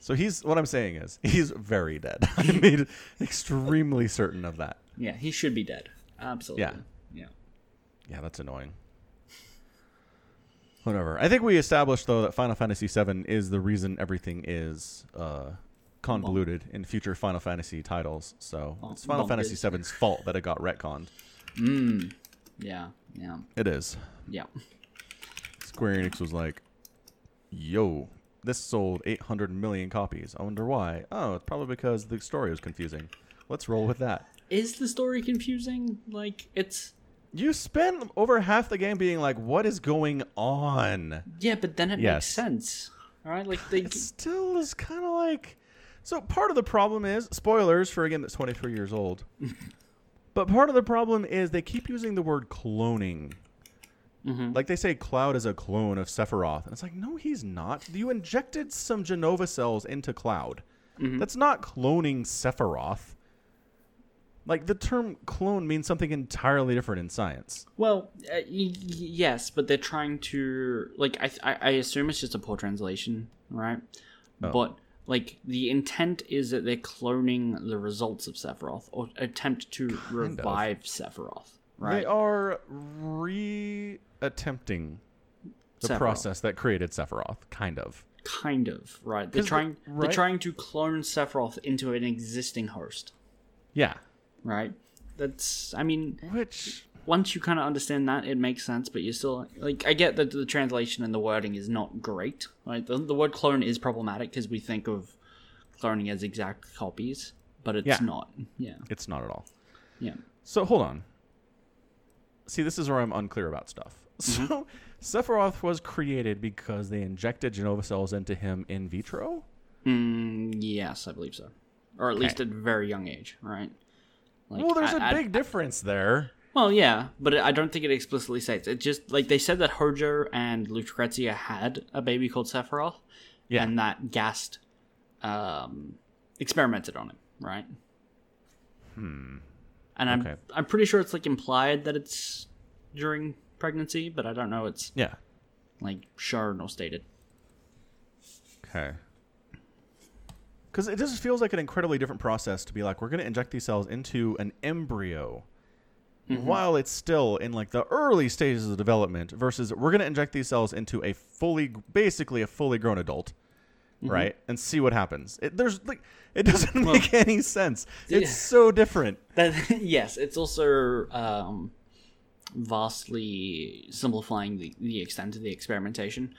[SPEAKER 1] so he's what I'm saying is he's very dead. [LAUGHS] I made extremely certain of that.
[SPEAKER 2] Yeah, he should be dead. Absolutely.
[SPEAKER 1] Yeah.
[SPEAKER 2] Yeah.
[SPEAKER 1] Yeah, that's annoying. Whatever. I think we established though that Final Fantasy VII is the reason everything is uh, convoluted in future Final Fantasy titles. So
[SPEAKER 2] Bon-
[SPEAKER 1] it's Final Fantasy
[SPEAKER 2] bonkers.
[SPEAKER 1] VII's fault that it got retconned.
[SPEAKER 2] Mm. Yeah. Yeah.
[SPEAKER 1] It is.
[SPEAKER 2] Yeah.
[SPEAKER 1] Square Enix was like, "Yo, this sold 800 million copies. I wonder why. Oh, it's probably because the story was confusing. Let's roll with that."
[SPEAKER 2] Is the story confusing? Like it's
[SPEAKER 1] You spend over half the game being like, "What is going on?"
[SPEAKER 2] yeah, but then it makes
[SPEAKER 1] Yes.
[SPEAKER 2] sense. All right, like they
[SPEAKER 1] It still is kind of like. So part of the problem is spoilers for a game that's 23 years
[SPEAKER 2] [LAUGHS]
[SPEAKER 1] old. but part of the problem is they keep using the word cloning.
[SPEAKER 2] Mm-hmm.
[SPEAKER 1] Like they say, Cloud is a clone of Sephiroth, and it's like, no, he's not. You injected some Genova cells into Cloud.
[SPEAKER 2] Mm-hmm.
[SPEAKER 1] That's not cloning Sephiroth. Like the term clone means something entirely different in science.
[SPEAKER 2] Well, uh, y- y- yes, but they're trying to like I, I I assume it's just a poor translation, right?
[SPEAKER 1] Oh.
[SPEAKER 2] But like the intent is that they're cloning the results of Sephiroth or attempt to revive Sephiroth, right?
[SPEAKER 1] They are re-attempting the
[SPEAKER 2] Sephiroth.
[SPEAKER 1] process that created Sephiroth, kind of.
[SPEAKER 2] Kind of, right? They're
[SPEAKER 1] 'Cause the-
[SPEAKER 2] trying they're
[SPEAKER 1] right?
[SPEAKER 2] trying to clone Sephiroth into an existing host,
[SPEAKER 1] Yeah.
[SPEAKER 2] right? That's I mean,
[SPEAKER 1] Which
[SPEAKER 2] once you kind of understand that, it makes sense. But you're still like, I get that the translation and the wording is not great. Right, the, the word clone is problematic because we think of cloning as exact copies, but it's
[SPEAKER 1] Yeah.
[SPEAKER 2] not. Yeah,
[SPEAKER 1] it's not at all.
[SPEAKER 2] yeah,
[SPEAKER 1] So hold on. See, this is where I'm unclear about stuff. [LAUGHS]
[SPEAKER 2] Mm-hmm.
[SPEAKER 1] So Sephiroth was created because they injected Genova cells into him in vitro.
[SPEAKER 2] mm, yes, I believe so, or at least
[SPEAKER 1] Okay.
[SPEAKER 2] at a very young age. Right. Like,
[SPEAKER 1] Well, there's
[SPEAKER 2] a
[SPEAKER 1] a big difference there.
[SPEAKER 2] well, yeah, but I don't think it explicitly states. It just like they said that Hojo and Lucrezia had a baby called Sephiroth,
[SPEAKER 1] Yeah.
[SPEAKER 2] and that Gast um, experimented on him, right? Hmm. And I'm
[SPEAKER 1] Okay.
[SPEAKER 2] I'm pretty sure it's like implied that it's during pregnancy, but I don't know. It's
[SPEAKER 1] Yeah.
[SPEAKER 2] like shown or stated.
[SPEAKER 1] Okay. Because it just feels like an incredibly different process to be like, we're going to inject these cells into an embryo
[SPEAKER 2] Mm-hmm.
[SPEAKER 1] while it's still in like the early stages of development versus we're going to inject these cells into a fully, basically a fully grown adult.
[SPEAKER 2] Mm-hmm.
[SPEAKER 1] Right and see what happens. It, there's like it [LAUGHS] doesn't make any sense. It's
[SPEAKER 2] Yeah.
[SPEAKER 1] so different.
[SPEAKER 2] That, [LAUGHS] yes, it's also um, vastly simplifying the, the extent of the experimentation.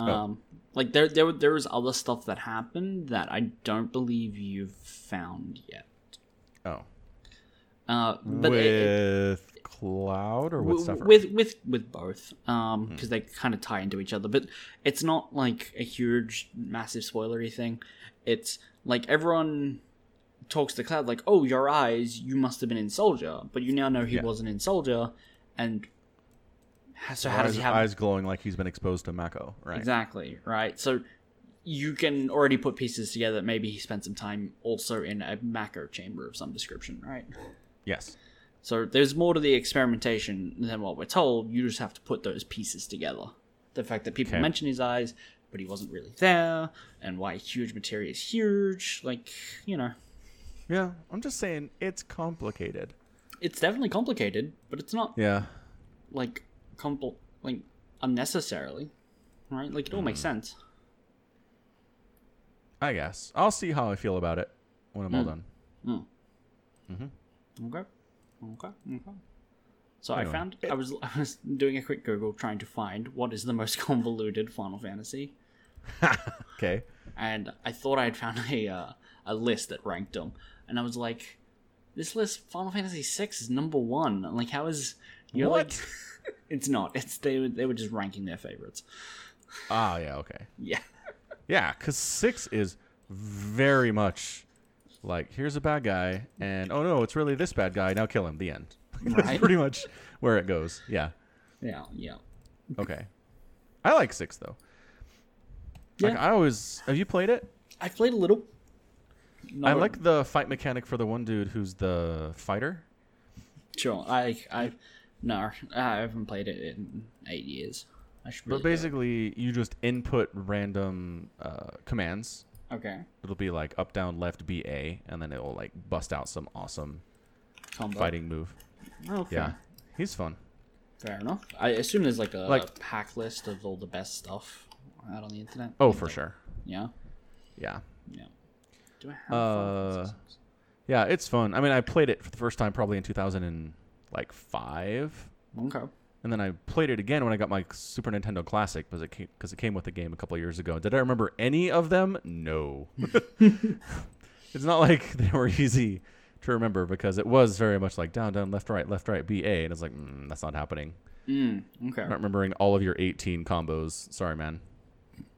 [SPEAKER 2] Um, Like there, there, there was other stuff that happened that I don't believe you've found yet.
[SPEAKER 1] Oh,
[SPEAKER 2] Uh, but
[SPEAKER 1] with
[SPEAKER 2] it- it-
[SPEAKER 1] cloud or with
[SPEAKER 2] w-
[SPEAKER 1] Sephiroth?
[SPEAKER 2] with with with both um because they kind of tie into each other but it's not like a huge massive spoilery thing it's like everyone talks to cloud like oh your eyes you must have been in soldier but you now know he
[SPEAKER 1] Yeah.
[SPEAKER 2] wasn't in soldier and ha- so how
[SPEAKER 1] Why
[SPEAKER 2] does
[SPEAKER 1] is
[SPEAKER 2] he
[SPEAKER 1] his
[SPEAKER 2] have
[SPEAKER 1] eyes glowing like he's been exposed to Mako? Right.
[SPEAKER 2] exactly right so you can already put pieces together that maybe he spent some time also in a macro chamber of some description right
[SPEAKER 1] Yes.
[SPEAKER 2] so there's more to the experimentation than what we're told. You just have to put those pieces together. The fact that people
[SPEAKER 1] Okay.
[SPEAKER 2] mention his eyes, but he wasn't really there, and why huge materia is huge. Like, you know,
[SPEAKER 1] Yeah, I'm just saying it's complicated.
[SPEAKER 2] it's definitely complicated, but it's not
[SPEAKER 1] Yeah.
[SPEAKER 2] like compl like unnecessarily, right? Like it all
[SPEAKER 1] Mm.
[SPEAKER 2] makes sense.
[SPEAKER 1] I guess. I'll see how I feel about it when I'm
[SPEAKER 2] Hmm.
[SPEAKER 1] all done.
[SPEAKER 2] Okay. Okay. Okay. So I
[SPEAKER 1] Anyway.
[SPEAKER 2] found I was [LAUGHS] I was doing a quick Google trying to find what is the most [LAUGHS] convoluted Final Fantasy,
[SPEAKER 1] Okay.
[SPEAKER 2] and I thought I had found [LAUGHS] a uh, a list that ranked them, and I was like, this list Final Fantasy VI is number one. I'm Like
[SPEAKER 1] [LAUGHS]
[SPEAKER 2] how is you're like,
[SPEAKER 1] What?
[SPEAKER 2] [LAUGHS] it's not. It's they were- they were just ranking their favorites.
[SPEAKER 1] Ah, yeah, okay.
[SPEAKER 2] Yeah.
[SPEAKER 1] Yeah, because six is very much like here's a bad guy, and oh no, it's really this bad guy. Now kill him. The end. [LAUGHS] That's
[SPEAKER 2] Right.
[SPEAKER 1] pretty much where it goes. Yeah.
[SPEAKER 2] [LAUGHS] Yeah. Yeah.
[SPEAKER 1] Okay. I like six though. Like
[SPEAKER 2] Yeah.
[SPEAKER 1] I always have you played it?
[SPEAKER 2] I played a little. Not
[SPEAKER 1] I
[SPEAKER 2] a-
[SPEAKER 1] like the fight mechanic for the one dude who's the fighter.
[SPEAKER 2] Sure, I, I, no, I haven't played it in eight years. I should.
[SPEAKER 1] But
[SPEAKER 2] really do.
[SPEAKER 1] basically, you just input random uh, commands.
[SPEAKER 2] okay,
[SPEAKER 1] It'll be like up, down, left, B, A, and then it'll like bust out some awesome
[SPEAKER 2] combo. Oh,
[SPEAKER 1] fighting move.
[SPEAKER 2] Okay.
[SPEAKER 1] Yeah, he's fun.
[SPEAKER 2] Fair enough. I assume there's like a
[SPEAKER 1] Like-
[SPEAKER 2] pack list of all the best stuff out on the internet.
[SPEAKER 1] Oh, for sure.
[SPEAKER 2] Yeah.
[SPEAKER 1] Yeah,
[SPEAKER 2] Yeah. Do I have? Final
[SPEAKER 1] Uh,
[SPEAKER 2] Fantasy VI?
[SPEAKER 1] yeah, it's fun. I mean, I played it for the first time probably in two thousand and like five,
[SPEAKER 2] okay.
[SPEAKER 1] and then I played it again when I got my Super Nintendo Classic because it because it came with the game a couple years ago. Did I remember any of them? No. [LAUGHS] it's not like [LAUGHS] they were easy to remember because it was very much like down, down, left, right, left, right, B, A, and it's like mm, that's not happening.
[SPEAKER 2] Mm, okay.
[SPEAKER 1] I'm not remembering all of your 18 combos. Sorry, man.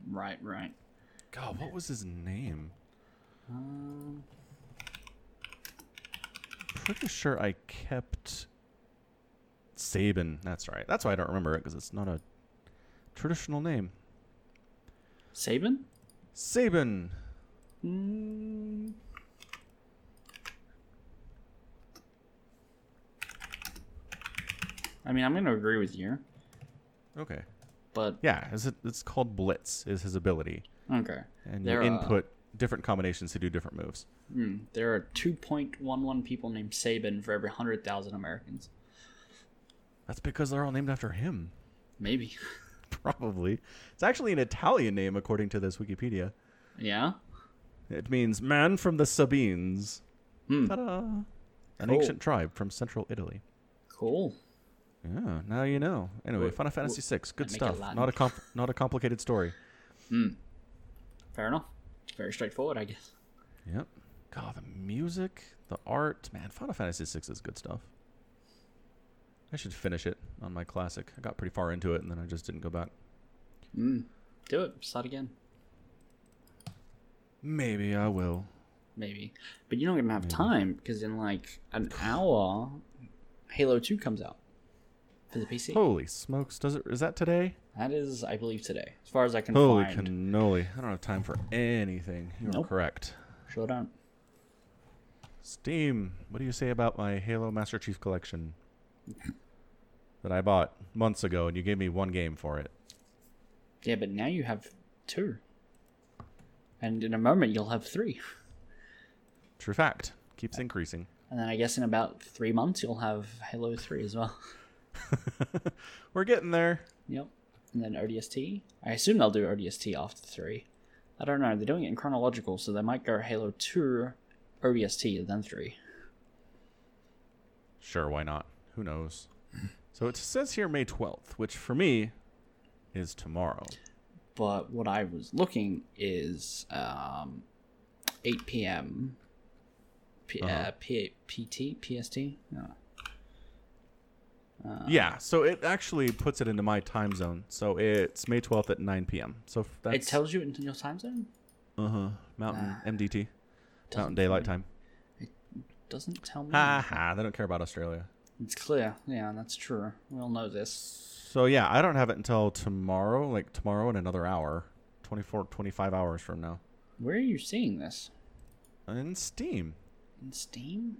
[SPEAKER 2] Right. Right.
[SPEAKER 1] God, what was his name?
[SPEAKER 2] Um,
[SPEAKER 1] Pretty sure I kept Saban. That's right. That's why I don't remember it because it's not a traditional name.
[SPEAKER 2] Saban.
[SPEAKER 1] Saban.
[SPEAKER 2] Mm, I mean, I'm gonna agree with you,
[SPEAKER 1] Okay.
[SPEAKER 2] but
[SPEAKER 1] Yeah, is it, it's called Blitz. Is his ability,
[SPEAKER 2] okay.
[SPEAKER 1] and
[SPEAKER 2] There are-
[SPEAKER 1] you input different combinations to do different moves.
[SPEAKER 2] Hmm, there are 2.11 people named Saban for every 100,000 Americans.
[SPEAKER 1] That's because they're all named after him. [LAUGHS]
[SPEAKER 2] Maybe. [LAUGHS]
[SPEAKER 1] Probably. It's actually an Italian name according to this Wikipedia.
[SPEAKER 2] Yeah?
[SPEAKER 1] It means man from the Sabines.
[SPEAKER 2] Hmm.
[SPEAKER 1] Ta-da! An
[SPEAKER 2] Cool.
[SPEAKER 1] ancient tribe from central Italy.
[SPEAKER 2] Cool.
[SPEAKER 1] Yeah, now you know. Anyway,
[SPEAKER 2] Well,
[SPEAKER 1] Final Fantasy VI, good
[SPEAKER 2] make it
[SPEAKER 1] stuff.
[SPEAKER 2] Latin.
[SPEAKER 1] Not a comp-
[SPEAKER 2] [LAUGHS]
[SPEAKER 1] not a complicated story.
[SPEAKER 2] Fair enough. Very straightforward, I guess.
[SPEAKER 1] Yep. God, the music, the art, man, Final Fantasy VI is good stuff. I should finish it on my classic. I got pretty far into it and then I just didn't go back.
[SPEAKER 2] Mm. Do it. Start again.
[SPEAKER 1] Maybe I will.
[SPEAKER 2] Maybe. But you're not going to have time because in like an hour, Halo 2 comes out for the PC.
[SPEAKER 1] Holy smokes, does it is that today?
[SPEAKER 2] That is, I believe, today. As far as I can
[SPEAKER 1] Holy
[SPEAKER 2] find.
[SPEAKER 1] cannoli. I don't have time for anything. You're
[SPEAKER 2] Nope.
[SPEAKER 1] correct.
[SPEAKER 2] Sure don't.
[SPEAKER 1] Steam, what do you say about my Halo Master Chief collection that I bought months ago and you gave me one game for it?
[SPEAKER 2] Yeah, but now you have two. And in a moment, you'll have three.
[SPEAKER 1] True fact. Keeps increasing.
[SPEAKER 2] And then I guess in about three months, you'll have Halo 3 as well. [LAUGHS]
[SPEAKER 1] We're getting there.
[SPEAKER 2] Yep. And then ODST. I assume they'll do ODST after three. I don't know. They're doing it in chronological, so they might go Halo 2, ODST, then three.
[SPEAKER 1] Sure, why not? Who knows? so it says here May 12th, which for me is tomorrow.
[SPEAKER 2] But what I was looking is um, 8 p.m. P- uh, P- PT? PST? No.
[SPEAKER 1] yeah, so it actually puts it into my time zone. So it's May 12th at 9 p.m. So f- that's
[SPEAKER 2] It tells Ah. you in your time zone?
[SPEAKER 1] uh-huh, Mountain MDT, Mountain
[SPEAKER 2] Doesn't
[SPEAKER 1] Daylight Time.
[SPEAKER 2] Doesn't tell me.
[SPEAKER 1] Ha ha, they don't care about Australia.
[SPEAKER 2] It's clear. Yeah, that's true. We all know this.
[SPEAKER 1] So yeah, I don't have it until tomorrow, like tomorrow in another hour, 24 25 hours from now.
[SPEAKER 2] Where are you seeing this?
[SPEAKER 1] In Steam.
[SPEAKER 2] In Steam?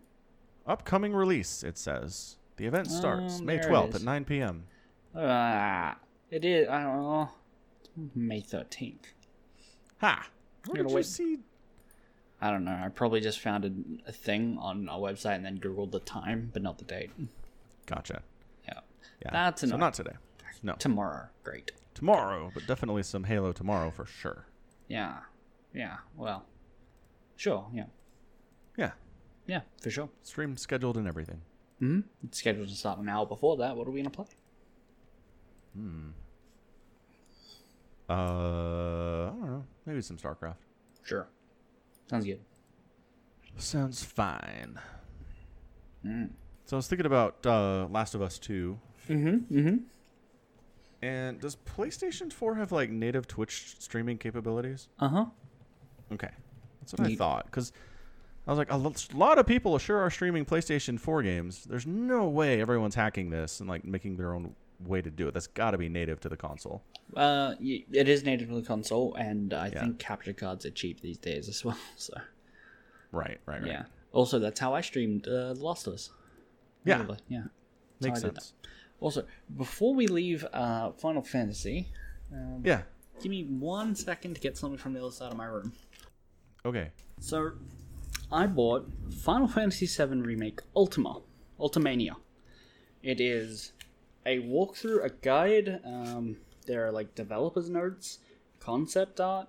[SPEAKER 1] Upcoming release, it says. The event starts
[SPEAKER 2] Oh,
[SPEAKER 1] May
[SPEAKER 2] there it
[SPEAKER 1] 12th at
[SPEAKER 2] Ah, is.
[SPEAKER 1] 9 p.m.
[SPEAKER 2] Uh, it is. I don't know. May 13th.
[SPEAKER 1] Ha! Where
[SPEAKER 2] Gotta
[SPEAKER 1] did you
[SPEAKER 2] wait.
[SPEAKER 1] see?
[SPEAKER 2] I don't know. I probably just found a- a thing on a website and then Googled the time, but not the date.
[SPEAKER 1] Gotcha.
[SPEAKER 2] Yeah.
[SPEAKER 1] Yeah.
[SPEAKER 2] That's
[SPEAKER 1] so
[SPEAKER 2] enough.
[SPEAKER 1] not today. No,
[SPEAKER 2] Tomorrow. Great.
[SPEAKER 1] tomorrow, but definitely some Halo tomorrow for sure.
[SPEAKER 2] Yeah. Yeah. Well, sure. Yeah.
[SPEAKER 1] Yeah,
[SPEAKER 2] Yeah, for sure. Mm-hmm.
[SPEAKER 1] stream scheduled and everything.
[SPEAKER 2] It's scheduled to start an hour before that. What are we going to play?
[SPEAKER 1] Uh, I don't know. Maybe some StarCraft.
[SPEAKER 2] Sure. Sounds good.
[SPEAKER 1] Sounds fine.
[SPEAKER 2] Hmm.
[SPEAKER 1] So I was thinking about uh, Last of Us 2.
[SPEAKER 2] Mm-hmm. Mm-hmm.
[SPEAKER 1] And does PlayStation 4 have like native Twitch streaming capabilities?
[SPEAKER 2] Uh-huh.
[SPEAKER 1] Okay. That's what I
[SPEAKER 2] Ye-
[SPEAKER 1] thought. Because I was like, a lo- lot of people sure are streaming PlayStation 4 games. There's no way everyone's hacking this and like making their own way to do it. That's got to be native to the console.
[SPEAKER 2] Uh, y- it is native to the console, and I
[SPEAKER 1] Yeah.
[SPEAKER 2] think capture cards are cheap these days as well. [LAUGHS] So
[SPEAKER 1] Right, right, right.
[SPEAKER 2] yeah. Also, that's how I streamed uh, The Last of Us.
[SPEAKER 1] Yeah.
[SPEAKER 2] Literally, Yeah. That's
[SPEAKER 1] Makes
[SPEAKER 2] how I did that.
[SPEAKER 1] sense.
[SPEAKER 2] Also, before we leave uh, Final Fantasy,
[SPEAKER 1] Yeah.
[SPEAKER 2] give me one second to get something from the other side of my room.
[SPEAKER 1] Okay.
[SPEAKER 2] So, I bought Final Fantasy VII Remake Ultima, Ultimania. It is a walkthrough, a guide. Um, there are like developers' notes, concept art.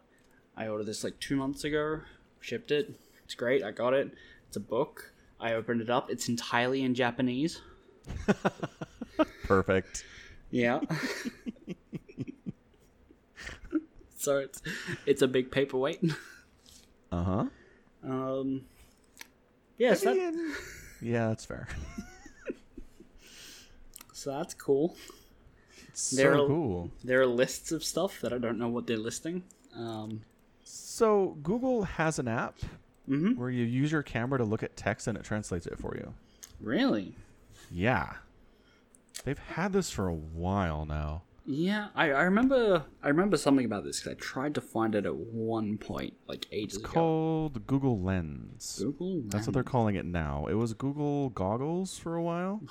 [SPEAKER 2] I ordered this like two months ago, shipped it. It's great. I got it. It's a book. I opened it up. It's entirely in Japanese.
[SPEAKER 1] Perfect.
[SPEAKER 2] Yeah. [LAUGHS] so it's it's a big paperweight. [LAUGHS]
[SPEAKER 1] Uh huh.
[SPEAKER 2] Um, yes, that,
[SPEAKER 1] Yeah, that's fair. [LAUGHS]
[SPEAKER 2] so that's cool.
[SPEAKER 1] It's
[SPEAKER 2] They're-
[SPEAKER 1] so cool.
[SPEAKER 2] There are lists of stuff that I don't know what they're listing. Um,
[SPEAKER 1] So Google has an app
[SPEAKER 2] Mhm.
[SPEAKER 1] where you use your camera to look at text and it translates it for you.
[SPEAKER 2] really?
[SPEAKER 1] Yeah. They've had this for a while now.
[SPEAKER 2] Yeah, I, I remember I remember something about this because I tried to find it at one point, like ages ago.
[SPEAKER 1] Called Google Lens.
[SPEAKER 2] Google.
[SPEAKER 1] That's what they're calling it now. It was Google Goggles for a
[SPEAKER 2] [LAUGHS]
[SPEAKER 1] while.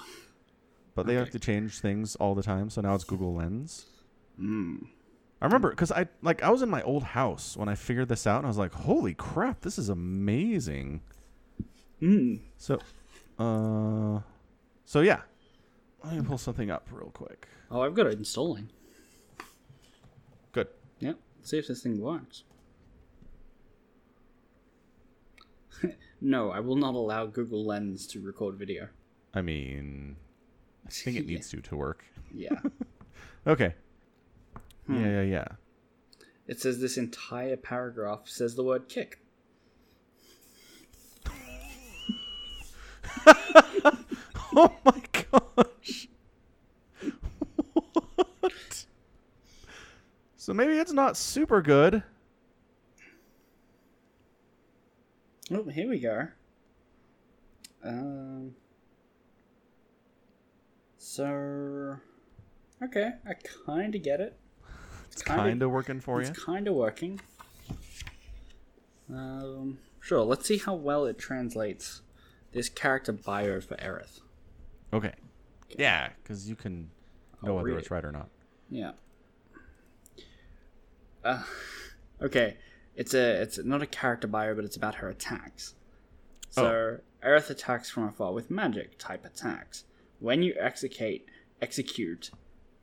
[SPEAKER 1] But they have
[SPEAKER 2] Okay.
[SPEAKER 1] to change things all the time, so now it's Google Lens.
[SPEAKER 2] Hmm.
[SPEAKER 1] I remember because I like I was in my old house when I figured this out, and I was like, "Holy crap, this is amazing!"
[SPEAKER 2] Mm.
[SPEAKER 1] So, uh, so yeah, let me pull something up real quick.
[SPEAKER 2] Oh, I've got it installing.
[SPEAKER 1] Good.
[SPEAKER 2] Yeah, see if this thing works. [LAUGHS] no, I will not allow Google Lens to record video.
[SPEAKER 1] I mean, I think
[SPEAKER 2] [LAUGHS]
[SPEAKER 1] it needs to to work.
[SPEAKER 2] Yeah.
[SPEAKER 1] Okay.
[SPEAKER 2] Hmm.
[SPEAKER 1] Yeah, yeah, yeah. [LAUGHS]
[SPEAKER 2] It says this entire paragraph says the word kick.
[SPEAKER 1] Oh my gosh. what? So maybe it's not super good.
[SPEAKER 2] Oh, here we go. Um. So, okay, I kind of get it. It's
[SPEAKER 1] Kind of working for you.
[SPEAKER 2] It's kind of working. Um, sure. Let's see how well it translates this character bio for Aerith.
[SPEAKER 1] Okay. Yeah, because you can know
[SPEAKER 2] I'll
[SPEAKER 1] whether
[SPEAKER 2] read
[SPEAKER 1] it's
[SPEAKER 2] it.
[SPEAKER 1] right or not.
[SPEAKER 2] Yeah. Uh, okay. It's a it's not a character bio, but it's about her attacks. So Aerith attacks from afar with magic type attacks. When you execute execute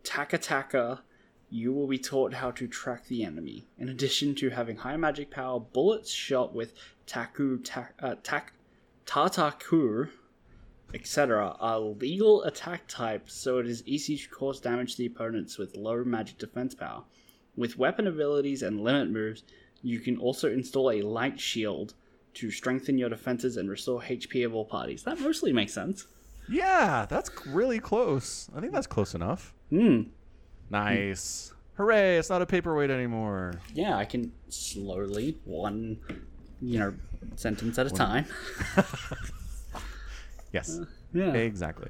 [SPEAKER 2] Taka Taka, you will be taught how to track the enemy. In addition to having high magic power, bullets shot with Taku ta, uh, tak, Tatakur etc., are legal attack types, so it is easy to cause damage to the opponents with low magic defense power. With weapon abilities and limit moves, you can also install a light shield to strengthen your defenses and restore HP of all parties. That mostly makes sense.
[SPEAKER 1] Yeah, that's c- really close. I think that's close enough.
[SPEAKER 2] Hmm.
[SPEAKER 1] Nice. Hooray, it's not a paperweight anymore.
[SPEAKER 2] Yeah, I can slowly, one, you know, sentence at a time.
[SPEAKER 1] Yes,
[SPEAKER 2] Uh, Yeah.
[SPEAKER 1] exactly.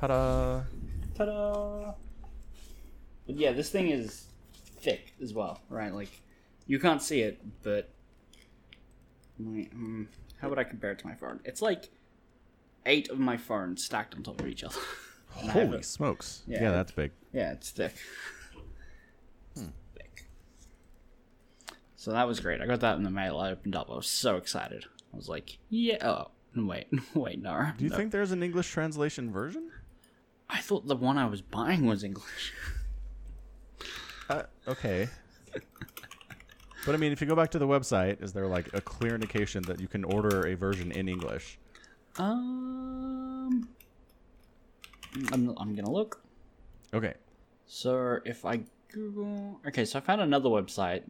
[SPEAKER 1] Ta da.
[SPEAKER 2] Ta-da! But yeah, this thing is thick as well, right? Like, you can't see it, but my, um, how would I compare it to my phone? It's like eight of my phones stacked on top of each other. [LAUGHS] And I have
[SPEAKER 1] Holy
[SPEAKER 2] a-
[SPEAKER 1] smokes.
[SPEAKER 2] Yeah.
[SPEAKER 1] Yeah, that's big. Hmm.
[SPEAKER 2] yeah, it's thick. Thick. So that was great. I got that in the mail. I opened up. I was so excited. I was like, yeah. Oh, wait, [LAUGHS] wait, no.
[SPEAKER 1] Do you
[SPEAKER 2] no.
[SPEAKER 1] think there's an English translation version?
[SPEAKER 2] I thought the one I was buying was English.
[SPEAKER 1] Uh, okay. but I mean, if you go back to the website, is there like a clear indication that you can order a version in English?
[SPEAKER 2] Um, I'm, I'm gonna look.
[SPEAKER 1] Okay.
[SPEAKER 2] So if I Google, okay, so I found another website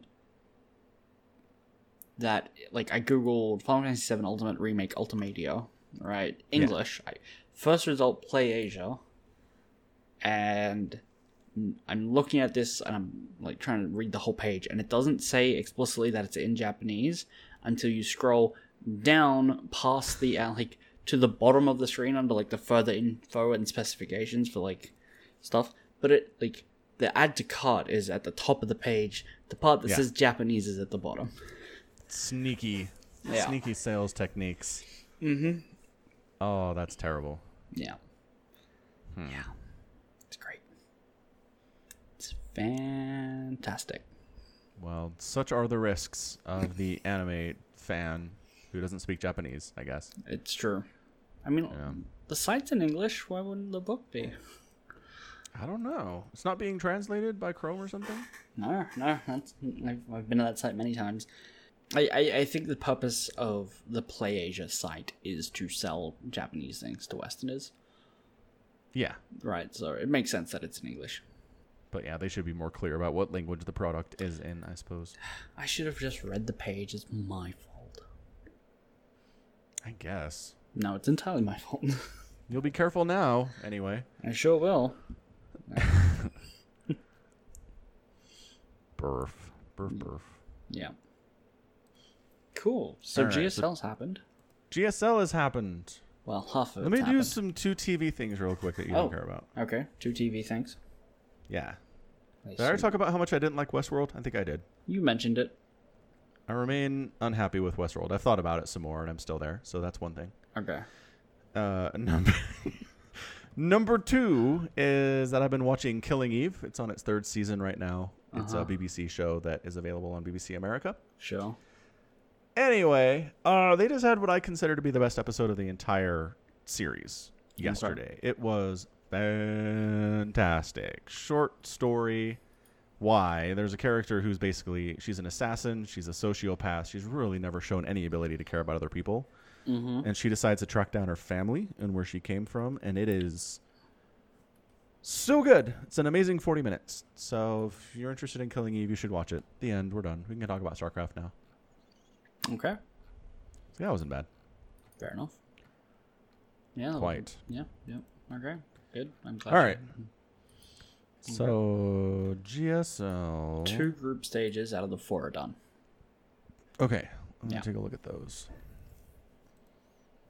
[SPEAKER 2] that like I googled Final Fantasy VII Ultimate Remake Ultimedia, right? English. I, first result, Play Asia, and I'm looking at this and I'm like trying to read the whole page, and it doesn't say explicitly that it's in Japanese until you scroll down past the uh, like to the bottom of the screen under like the further info and specifications for like stuff. But it like the add to cart is at the top of the page. The part that
[SPEAKER 1] Yeah.
[SPEAKER 2] says Japanese is at the bottom.
[SPEAKER 1] Sneaky,
[SPEAKER 2] Yeah.
[SPEAKER 1] sneaky sales techniques.
[SPEAKER 2] Mm-hmm.
[SPEAKER 1] Oh, that's terrible.
[SPEAKER 2] Yeah. Yeah. It's great. It's fantastic.
[SPEAKER 1] Well, such are the risks of the anime fan who doesn't speak Japanese, I guess.
[SPEAKER 2] It's true. I mean, the site's in English. Why wouldn't the book be?
[SPEAKER 1] I don't know. It's not being translated by Chrome or something?
[SPEAKER 2] No, no. That's, I've, I've been to that site many times. I, I, I think the purpose of the PlayAsia site is to sell Japanese things to Westerners.
[SPEAKER 1] Yeah.
[SPEAKER 2] Right, so it makes sense that it's in English.
[SPEAKER 1] But yeah, they should be more clear about what language the product is in, I suppose.
[SPEAKER 2] I should have just read the page. It's my fault.
[SPEAKER 1] I guess.
[SPEAKER 2] No, it's entirely my fault.
[SPEAKER 1] You'll be careful now, anyway.
[SPEAKER 2] [LAUGHS] I sure will.
[SPEAKER 1] Burf.
[SPEAKER 2] Mm.
[SPEAKER 1] Burf, burf.
[SPEAKER 2] Yeah. Cool. So
[SPEAKER 1] Alright, so-
[SPEAKER 2] GSL's happened.
[SPEAKER 1] GSL has happened.
[SPEAKER 2] Well, half of
[SPEAKER 1] Let
[SPEAKER 2] it's
[SPEAKER 1] me do
[SPEAKER 2] happened.
[SPEAKER 1] some two TV things real quick that you
[SPEAKER 2] Oh.
[SPEAKER 1] don't care about.
[SPEAKER 2] Okay, two TV things.
[SPEAKER 1] Yeah.
[SPEAKER 2] I
[SPEAKER 1] Did I already
[SPEAKER 2] see.
[SPEAKER 1] talk about how much I didn't like Westworld? I think I did.
[SPEAKER 2] You mentioned it.
[SPEAKER 1] I remain unhappy with Westworld. I've thought about it some more, and I'm still there, so that's one thing.
[SPEAKER 2] Okay.
[SPEAKER 1] Uh, [LAUGHS] number number two is that I've been watching Killing Eve. It's on its third season right now. It's
[SPEAKER 2] Uh-huh.
[SPEAKER 1] a BBC show that is available on BBC America.
[SPEAKER 2] Sure.
[SPEAKER 1] Anyway, uh, they just had what I consider to be the best episode of the entire series yesterday. It was fantastic. Short story. Why? There's a character who's basically she's an assassin, she's a sociopath, she's really never shown any ability to care about other people. And she decides to track down her family and where she came from, and it is so good. It's an amazing 40 minutes. So if you're interested in Killing Eve, you should watch it. The end, we're done. We can talk about StarCraft now.
[SPEAKER 2] Okay.
[SPEAKER 1] Yeah, it wasn't bad.
[SPEAKER 2] Fair enough. Yeah. that-
[SPEAKER 1] Quite.
[SPEAKER 2] Yeah. Yep. Okay. Good. I'm glad.
[SPEAKER 1] All
[SPEAKER 2] you-
[SPEAKER 1] right. So GSL.
[SPEAKER 2] Two group stages out of the four are done.
[SPEAKER 1] Okay, I'm gonna
[SPEAKER 2] Yeah.
[SPEAKER 1] take a look at those.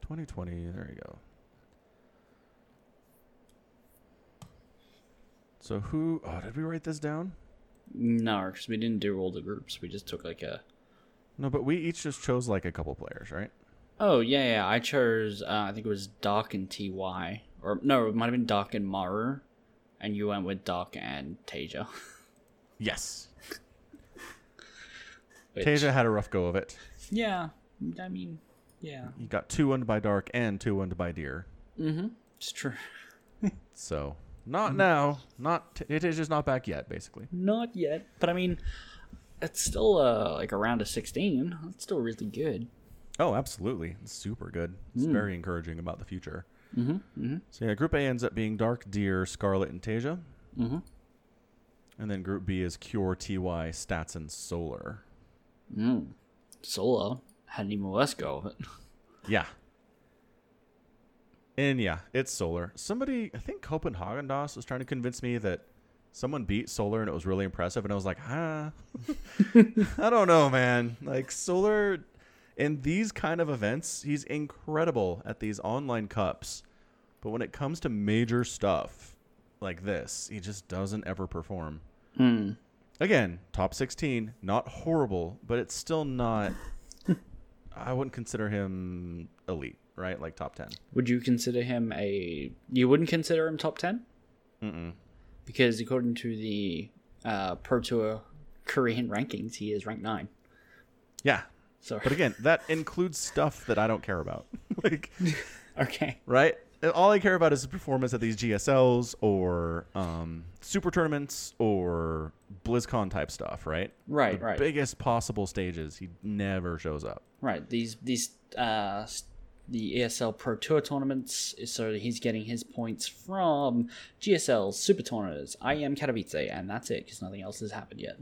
[SPEAKER 1] 2020. There you go. So who? Oh, did we write this down?
[SPEAKER 2] No, because we didn't do all the groups. We just took like a.
[SPEAKER 1] No, but we each just chose like a couple players, right?
[SPEAKER 2] Oh yeah, yeah. I chose. Uh, I think it was Doc and Ty, or no, it might have been Doc and Maru, and you went with Doc and [LAUGHS] Tasia.
[SPEAKER 1] Yes.
[SPEAKER 2] which-
[SPEAKER 1] Tasia had a rough go of it.
[SPEAKER 2] Yeah. I mean, yeah.
[SPEAKER 1] He got two owned by Dark and two owned by Deer.
[SPEAKER 2] It's true.
[SPEAKER 1] So not now. Not Ta- Tasia's not back yet. Basically.
[SPEAKER 2] Not yet, but I mean, it's still uh, like a round of 16. That's still really good.
[SPEAKER 1] Oh, absolutely. It's super good. It's very encouraging about the future. Hmm. Mm-hmm. So, yeah, Group A ends up being Dark, Deer, Scarlet, and Tasia. Mm-hmm. And then Group B is Cure, TY, Stats, and Solar.
[SPEAKER 2] Solo had an even worse go of it. [LAUGHS]
[SPEAKER 1] Yeah. And yeah, it's Solar. Somebody, I think Copenhagen Das was trying to convince me that someone beat Solar and it was really impressive. And I was like, huh? [LAUGHS] I don't know, man. Like, Solar in these kind of events, he's incredible at these online cups. But when it comes to major stuff like this, he just doesn't ever perform. Again, top 16, not horrible, but it's still not. I wouldn't consider him elite, right? Like top 10.
[SPEAKER 2] Would you consider him a. You wouldn't consider him top 10? Mm mm. Because according to the uh, Pro Tour Korean rankings, he is ranked 9.
[SPEAKER 1] Yeah.
[SPEAKER 2] Sorry.
[SPEAKER 1] But again,
[SPEAKER 2] [LAUGHS]
[SPEAKER 1] that includes stuff that I don't care about. [LAUGHS] like,
[SPEAKER 2] [LAUGHS] okay.
[SPEAKER 1] right? All I care about is the performance at these GSLs or um, super tournaments or BlizzCon type stuff, right?
[SPEAKER 2] Right,
[SPEAKER 1] The
[SPEAKER 2] right.
[SPEAKER 1] Biggest possible stages. He never shows up.
[SPEAKER 2] Right. These these uh s- the ESL Pro Tour tournaments. So he's getting his points from GSL Super Tournaments, IM Katowice, and that's it because nothing else has happened yet.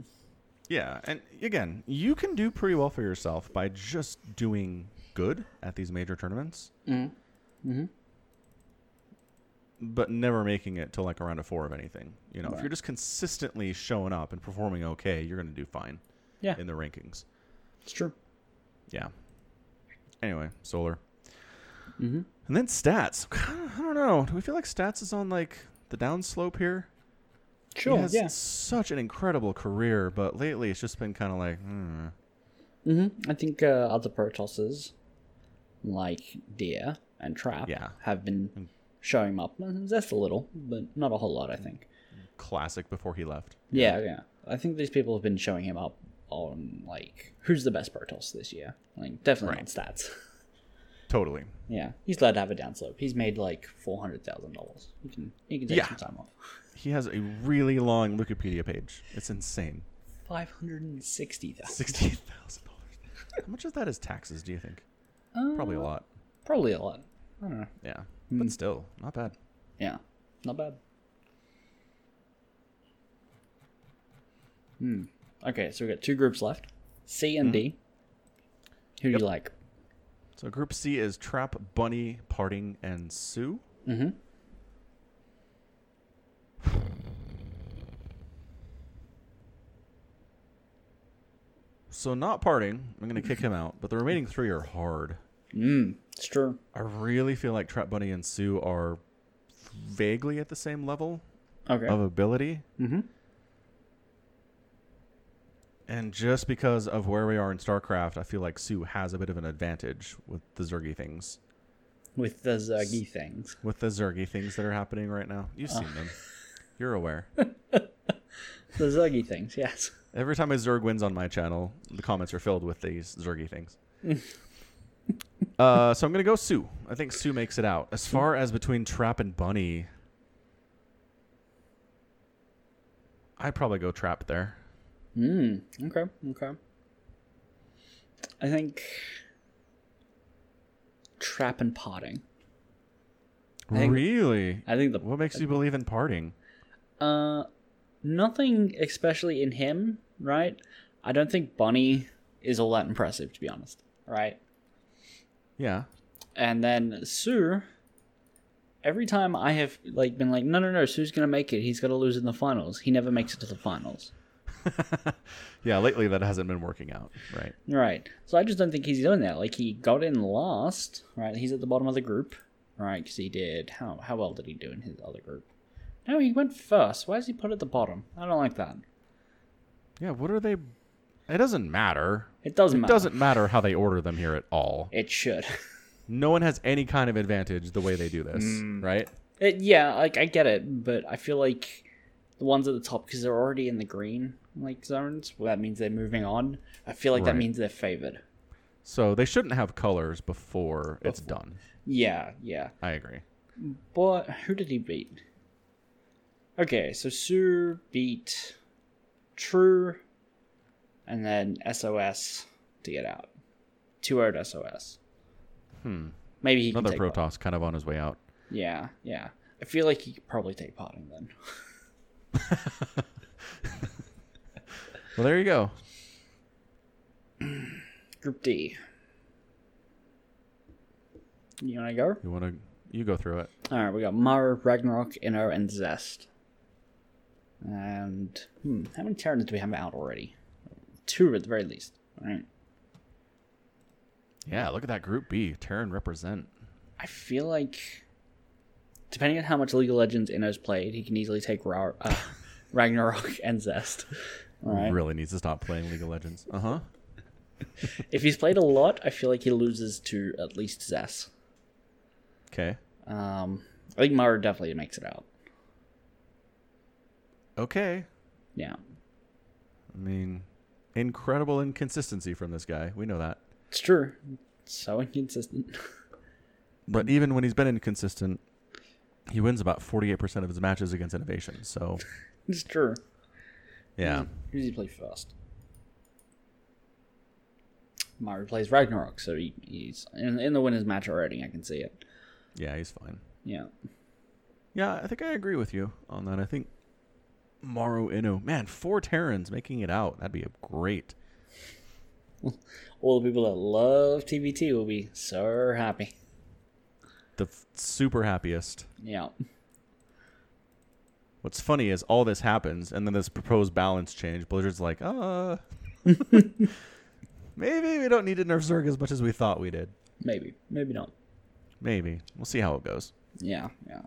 [SPEAKER 1] Yeah, and again, you can do pretty well for yourself by just doing good at these major tournaments. Mm-hmm. But never making it to like a round of four of anything. You know, if
[SPEAKER 2] Right.
[SPEAKER 1] you're just consistently showing up and performing okay, you're going to do fine
[SPEAKER 2] Yeah,
[SPEAKER 1] in the rankings.
[SPEAKER 2] it's true.
[SPEAKER 1] Yeah. Anyway, solar. Mm-hmm. And then stats. [SIGHS] I don't know. Do we feel like stats is on like the downslope here?
[SPEAKER 2] Sure.
[SPEAKER 1] He has such an incredible career, but lately it's just been kind of like, hmm.
[SPEAKER 2] Mm-hmm. I think uh, other Protosses, like Deer and Trap,
[SPEAKER 1] Yeah.
[SPEAKER 2] have been showing him up just a little, but not a whole lot. I think.
[SPEAKER 1] classic before he left.
[SPEAKER 2] Yeah, yeah. I think these people have been showing him up on like who's the best Protoss this year. Like definitely on stats. [LAUGHS]
[SPEAKER 1] Totally.
[SPEAKER 2] Yeah, he's allowed to have a downslope. He's made like four hundred thousand dollars. He can he can take
[SPEAKER 1] Yeah.
[SPEAKER 2] some time off.
[SPEAKER 1] He has a really long Wikipedia page. It's insane.
[SPEAKER 2] Five hundred and sixty thousand.
[SPEAKER 1] Sixteen thousand dollars. How much of that is taxes? Do you think? Probably a lot.
[SPEAKER 2] Probably a lot. I don't know.
[SPEAKER 1] Yeah, but still, not bad.
[SPEAKER 2] Yeah, not bad. Hmm. Okay, so we got two groups left, C and D. Who do you like?
[SPEAKER 1] So Group C is Trap, Bunny, Parting, and Sue.
[SPEAKER 2] Mm-hmm.
[SPEAKER 1] So not Parting. I'm gonna kick him out. But the remaining three are hard.
[SPEAKER 2] Mm, it's true.
[SPEAKER 1] I really feel like Trap, Bunny, and Sue are vaguely at the same level
[SPEAKER 2] Okay.
[SPEAKER 1] of ability.
[SPEAKER 2] mm-hmm.
[SPEAKER 1] And just because of where we are in StarCraft, I feel like Sue has a bit of an advantage with the Zergy things.
[SPEAKER 2] With the Zergy things.
[SPEAKER 1] With the Zergy things that are happening right now. You've seen them. You're aware.
[SPEAKER 2] The Zergy things. [LAUGHS] Yes.
[SPEAKER 1] Every time a Zerg wins on my channel, the comments are filled with these Zergy things. uh, so I'm going to go Sue. I think Sue makes it out. As far as between Trap and Bunny, I'd probably go Trap there.
[SPEAKER 2] Mm, okay, okay. I think trap and potting. I think-
[SPEAKER 1] Really?
[SPEAKER 2] I think the
[SPEAKER 1] What makes you believe in parting?
[SPEAKER 2] uh nothing especially in him, right? I don't think Bunny is all that impressive to be honest, right?
[SPEAKER 1] Yeah.
[SPEAKER 2] And then Sue every time I have like been like no no no Sue's going to make it. He's going to lose in the finals. He never makes it to the finals.
[SPEAKER 1] Yeah, lately that hasn't been working out, right?
[SPEAKER 2] Right. So I just don't think he's doing that. Like he got in last, right? He's at the bottom of the group, right? Because he did how how well did he do in his other group? No, he went first. Why is he put at the bottom? I don't like that.
[SPEAKER 1] Yeah, what are they? It doesn't matter.
[SPEAKER 2] It doesn't
[SPEAKER 1] It
[SPEAKER 2] matter.
[SPEAKER 1] doesn't matter how they order them here at all.
[SPEAKER 2] It should. [LAUGHS]
[SPEAKER 1] No one has any kind of advantage the way they do this, right?
[SPEAKER 2] It, yeah, like I get it, but I feel like the ones at the top because they're already in the green like zones. Well, that means they're moving on. I feel like that
[SPEAKER 1] Right.
[SPEAKER 2] means they're favored.
[SPEAKER 1] So they shouldn't have colors before it's done.
[SPEAKER 2] Yeah, yeah.
[SPEAKER 1] I agree.
[SPEAKER 2] But who did he beat? Okay, so Sue beat True and then SOS to get out. 2 0 SOS. Hmm. Maybe he
[SPEAKER 1] Another
[SPEAKER 2] can take part.
[SPEAKER 1] Protoss kind of on his way out.
[SPEAKER 2] Yeah, yeah. I feel like he could probably take part in then.
[SPEAKER 1] Well, there you go.
[SPEAKER 2] Group D. You want to go?
[SPEAKER 1] You want to? You go through it.
[SPEAKER 2] Alright, we got Mara, Ragnarok, Inno, and Zest. And hmm, how many Terrans do we have out already? Two at the very least. Alright.
[SPEAKER 1] Yeah, look at that Group B. Terran represent.
[SPEAKER 2] I feel like, depending on how much League of Legends Inno's played, he can easily take Ra-
[SPEAKER 1] [LAUGHS]
[SPEAKER 2] uh, Ragnarok and Zest. All right.
[SPEAKER 1] Really needs to stop playing League of Legends. Uh huh.
[SPEAKER 2] If he's played a lot, I feel like he loses to at least Zest.
[SPEAKER 1] Okay.
[SPEAKER 2] Um, I think Mara definitely makes it out.
[SPEAKER 1] Okay.
[SPEAKER 2] Yeah.
[SPEAKER 1] I mean, Incredible inconsistency from this guy. We know that.
[SPEAKER 2] It's true. So inconsistent. [LAUGHS]
[SPEAKER 1] But even when he's been inconsistent, he wins about 48% of his matches against Innovation. So,
[SPEAKER 2] it's true.
[SPEAKER 1] yeah.
[SPEAKER 2] Who does he play first? Mario plays Ragnarok, so he, he's in, in the winners match already. I can see it.
[SPEAKER 1] Yeah, he's fine.
[SPEAKER 2] Yeah.
[SPEAKER 1] Yeah, I think I agree with you on that. I think Maru Inu, man, four Terrans making it out. That'd be a great.
[SPEAKER 2] All the people that love TBT will be so happy.
[SPEAKER 1] The f- super happiest.
[SPEAKER 2] Yeah.
[SPEAKER 1] What's funny is all this happens, and then this proposed balance change. Blizzard's like, uh, maybe we don't need to nerf Zerg as much as we thought we did.
[SPEAKER 2] Maybe. Maybe not.
[SPEAKER 1] Maybe we'll see how it goes.
[SPEAKER 2] Yeah. Yeah.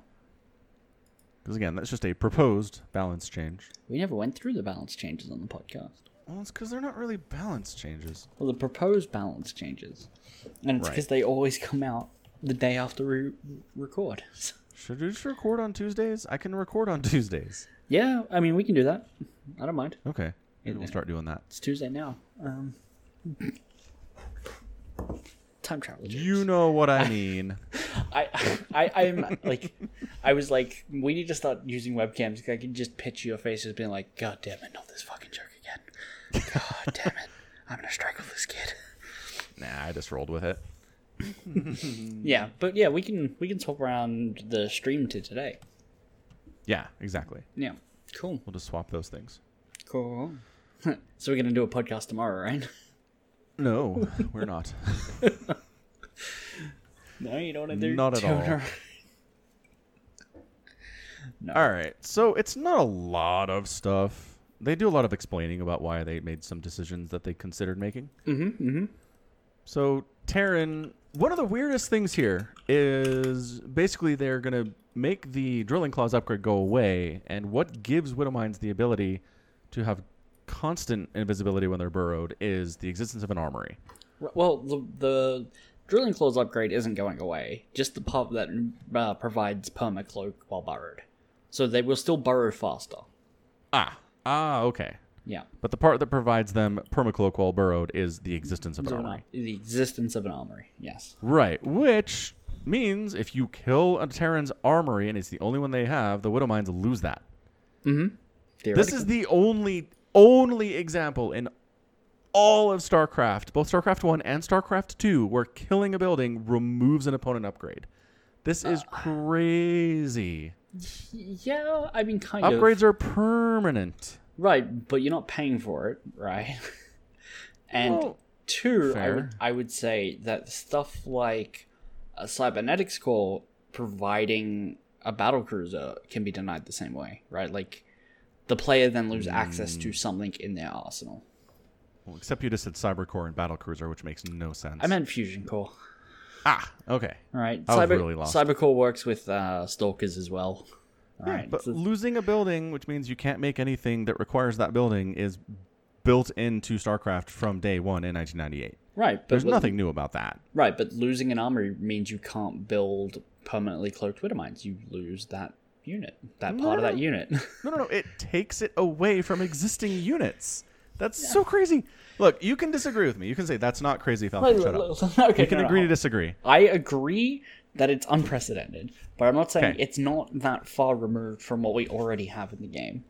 [SPEAKER 1] Because again, that's just a proposed balance change.
[SPEAKER 2] We never went through the balance changes on the podcast.
[SPEAKER 1] Well, it's because they're not really balance changes.
[SPEAKER 2] Well, the proposed balance changes. And it's
[SPEAKER 1] Right.
[SPEAKER 2] because they always come out the day after we record. [LAUGHS]
[SPEAKER 1] Should we just record on Tuesdays? I can record on [LAUGHS] Tuesdays.
[SPEAKER 2] yeah. I mean, we can do that. I don't mind.
[SPEAKER 1] Okay, maybe we'll start doing that.
[SPEAKER 2] It's Tuesday now. Um, [LAUGHS] time travel. jokes.
[SPEAKER 1] You know what I mean.
[SPEAKER 2] I, [LAUGHS] I, I'm like, I was like, we need to start using webcams. 'cause I can just picture your face as being like, God damn it, not this fucking joke again. God [LAUGHS] damn it, I'm gonna strangle this kid.
[SPEAKER 1] nah, I just rolled with it.
[SPEAKER 2] Yeah, but yeah, we can we can swap around the stream to today.
[SPEAKER 1] Yeah, exactly.
[SPEAKER 2] Yeah, cool,
[SPEAKER 1] We'll just swap those things.
[SPEAKER 2] cool. [LAUGHS] so we're gonna do a podcast tomorrow, right?
[SPEAKER 1] No, [LAUGHS] we're not.
[SPEAKER 2] No, you don't want to do
[SPEAKER 1] Not at
[SPEAKER 2] two in a
[SPEAKER 1] all.
[SPEAKER 2] row. no.
[SPEAKER 1] All right. So it's not a lot of stuff. They do a lot of explaining about why they made some decisions that they considered making. Mm-hmm. So Taryn, one of the weirdest things here is basically they're gonna make the drilling claws upgrade go away, and what gives Widowmines the ability to have constant invisibility when they're burrowed is the existence of an armory.
[SPEAKER 2] R- [LAUGHS] Well, the, the drilling claws upgrade isn't going away. Just the part that uh, provides perma cloak while burrowed, so they will still burrow faster.
[SPEAKER 1] Ah. Ah. Okay.
[SPEAKER 2] Yeah,
[SPEAKER 1] But the part that provides them permacloak while burrowed is the existence of an
[SPEAKER 2] So
[SPEAKER 1] armory.
[SPEAKER 2] not- the existence of an armory. Yes.
[SPEAKER 1] Right, which means if you kill a Terran's armory and it's the only one they have, the Widowmines lose that. This is the only only example in all of StarCraft, both StarCraft 1 and StarCraft 2, where killing a building removes an opponent upgrade. This is
[SPEAKER 2] Ah.
[SPEAKER 1] crazy.
[SPEAKER 2] Theoretically- yeah. I mean, kind of.
[SPEAKER 1] Upgrades are permanent.
[SPEAKER 2] Right, but you're not paying for it, right? [LAUGHS] and
[SPEAKER 1] Well,
[SPEAKER 2] two, I
[SPEAKER 1] fair.
[SPEAKER 2] would, I would say that stuff like a cybernetics core providing a battle cruiser can be denied the same way, right? Like the player then loses access
[SPEAKER 1] Hmm.
[SPEAKER 2] to something in their arsenal.
[SPEAKER 1] Well, except you just said Cybercore and Battlecruiser, which makes no sense.
[SPEAKER 2] I meant fusion core.
[SPEAKER 1] ah, okay.
[SPEAKER 2] All right,
[SPEAKER 1] I was
[SPEAKER 2] cyber
[SPEAKER 1] really lost.
[SPEAKER 2] cybercore works with uh, stalkers as well. All right,
[SPEAKER 1] But
[SPEAKER 2] so-
[SPEAKER 1] losing a building, which means you can't make anything that requires that building, is built into StarCraft from day one in 1998.
[SPEAKER 2] right, but
[SPEAKER 1] There's
[SPEAKER 2] lo-
[SPEAKER 1] nothing new about that.
[SPEAKER 2] Right, but losing an armory means you can't build permanently cloaked widow mines. You lose that unit, that part of
[SPEAKER 1] No.
[SPEAKER 2] that unit. [LAUGHS]
[SPEAKER 1] No, no, no. It takes it away from existing units. That's so crazy. Look, you can disagree with me. You can say that's not crazy, Falcon. Shut up.
[SPEAKER 2] [LAUGHS] okay,
[SPEAKER 1] You can
[SPEAKER 2] no, no.
[SPEAKER 1] agree to disagree.
[SPEAKER 2] I agree that it's unprecedented, but I'm not saying
[SPEAKER 1] Okay.
[SPEAKER 2] it's not that far removed from what we already have in the game.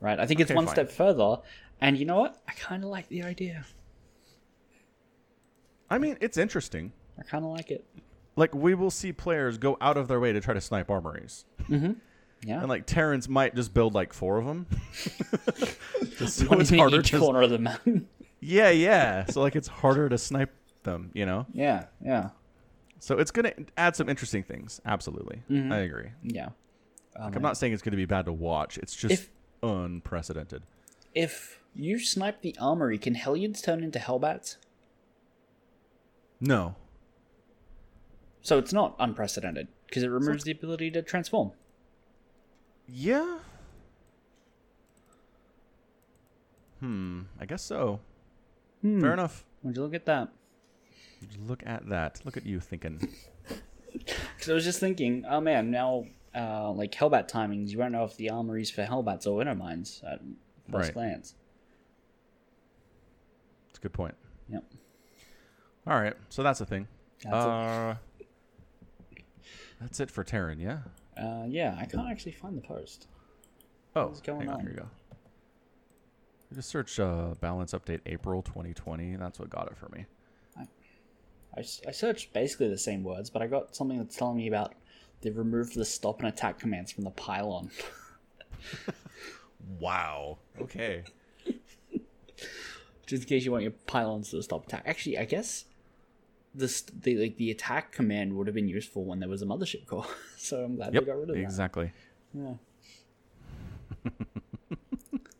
[SPEAKER 2] Right? I think it's
[SPEAKER 1] Okay,
[SPEAKER 2] one
[SPEAKER 1] fine.
[SPEAKER 2] step further, and you know what? I kind of like the idea.
[SPEAKER 1] I mean, it's interesting.
[SPEAKER 2] I kind of like it.
[SPEAKER 1] Like we will see players go out of their way to try to snipe armories,
[SPEAKER 2] Yeah.
[SPEAKER 1] and like Terrans might just build like four of them. [LAUGHS] Just [LAUGHS] so
[SPEAKER 2] One
[SPEAKER 1] it's
[SPEAKER 2] in
[SPEAKER 1] harder
[SPEAKER 2] each
[SPEAKER 1] to
[SPEAKER 2] corner of the map. [LAUGHS]
[SPEAKER 1] Yeah, yeah. So like it's harder to snipe them, you know.
[SPEAKER 2] yeah, yeah,
[SPEAKER 1] So it's gonna add some interesting things. Absolutely,
[SPEAKER 2] Mm-hmm.
[SPEAKER 1] I agree.
[SPEAKER 2] yeah.
[SPEAKER 1] Like, I'm not saying it's gonna be bad to watch. It's just
[SPEAKER 2] If-
[SPEAKER 1] unprecedented.
[SPEAKER 2] If you snipe the armory, can Hellions turn into Hellbats?
[SPEAKER 1] No,
[SPEAKER 2] So it's not unprecedented because it removes the ability to transform.
[SPEAKER 1] yeah. Hmm. I guess so.
[SPEAKER 2] Hmm.
[SPEAKER 1] Fair enough.
[SPEAKER 2] Would you look at that?
[SPEAKER 1] Look at that. Look at you thinking.
[SPEAKER 2] Because I was just thinking, oh man, now uh, like Hellbat timings, you won't know if the armories for Hellbats or Winter Mines at first
[SPEAKER 1] Right.
[SPEAKER 2] glance.
[SPEAKER 1] a good point.
[SPEAKER 2] Yep.
[SPEAKER 1] All right, so that's a thing.
[SPEAKER 2] That's a-
[SPEAKER 1] uh, that's it for Terran, yeah?
[SPEAKER 2] Uh, yeah, I can't actually find the post.
[SPEAKER 1] Oh,
[SPEAKER 2] is going
[SPEAKER 1] hang on,
[SPEAKER 2] on?
[SPEAKER 1] Here you go. You Just search uh, balance update April 2020. That's what got it for me.
[SPEAKER 2] I, s- I searched basically the same words, but I got something that's telling me about they removed the stop and attack commands from the pylon. [LAUGHS]
[SPEAKER 1] Wow. Okay.
[SPEAKER 2] Just in case you want your pylons to stop attack. Actually, I guess the, st- the like the attack command would have been useful when there was a mothership core. [LAUGHS] so I'm glad
[SPEAKER 1] yep.
[SPEAKER 2] they got rid of that.
[SPEAKER 1] Exactly.
[SPEAKER 2] Yeah. [LAUGHS]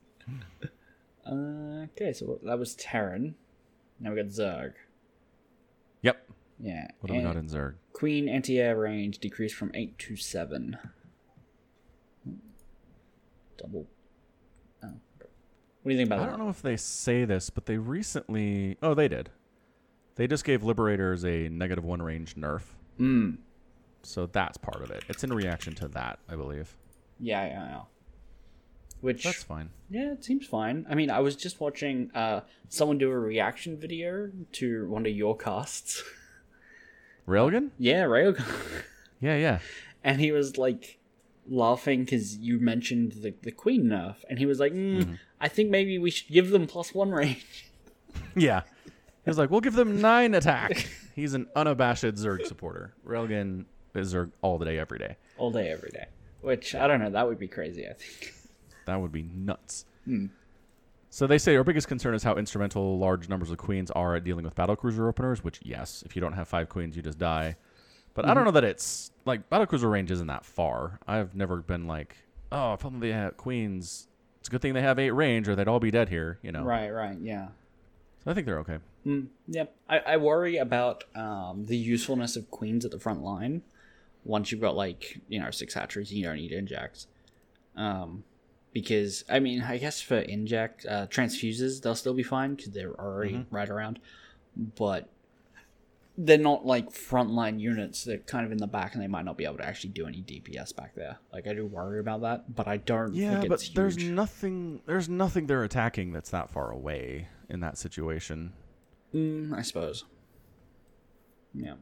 [SPEAKER 2] uh, okay, so that was Terran. Now we got Zerg.
[SPEAKER 1] Yep.
[SPEAKER 2] Yeah.
[SPEAKER 1] What do we got
[SPEAKER 2] and
[SPEAKER 1] in Zerg?
[SPEAKER 2] Queen anti-air range decreased from eight to seven. Double. Oh. What do you think about
[SPEAKER 1] I
[SPEAKER 2] that?
[SPEAKER 1] don't know if they say this, but they recently. Oh, they did. They just gave Liberators a negative one range nerf.
[SPEAKER 2] Mm.
[SPEAKER 1] So that's part of it. It's in reaction to that, I believe.
[SPEAKER 2] Yeah, yeah, yeah. Which
[SPEAKER 1] That's fine.
[SPEAKER 2] yeah, it seems fine. I mean, I was just watching uh someone do a reaction video to one of your casts. [LAUGHS]
[SPEAKER 1] Railgun?
[SPEAKER 2] yeah, Railgun.
[SPEAKER 1] Yeah, yeah.
[SPEAKER 2] and he was like laughing because you mentioned the, the queen nerf and he was like mm, i think maybe we should give them plus one range [LAUGHS]
[SPEAKER 1] Yeah. He was like, we'll give them nine attack. He's an unabashed Zerg supporter. Railgun is Zerg all the day, every day.
[SPEAKER 2] all day every day which i don't know that would be crazy i think [LAUGHS]
[SPEAKER 1] That would be nuts. So they say our biggest concern is how instrumental large numbers of queens are at dealing with battlecruiser openers, which, yes, if you don't have five queens, you just die. But I don't know that it's like battlecruiser range isn't that far. I've never been like, oh, if only they have queens. It's a good thing they have eight range or they'd all be dead here, you know?
[SPEAKER 2] right right yeah
[SPEAKER 1] So I think they're okay.
[SPEAKER 2] yep i, I worry about um, the usefulness of queens at the front line once you've got like you know six hatcheries you don't need injects um because i mean i guess for inject uh transfuses they'll still be fine because they're already
[SPEAKER 1] Mm-hmm.
[SPEAKER 2] right around but they're not like frontline units they're kind of in the back and they might not be able to actually do any dps back there like i do worry about that but i don't
[SPEAKER 1] Yeah,
[SPEAKER 2] think
[SPEAKER 1] but
[SPEAKER 2] it's huge.
[SPEAKER 1] there's nothing. There's nothing they're attacking that's that far away in that situation.
[SPEAKER 2] Mm, I suppose. Yeah.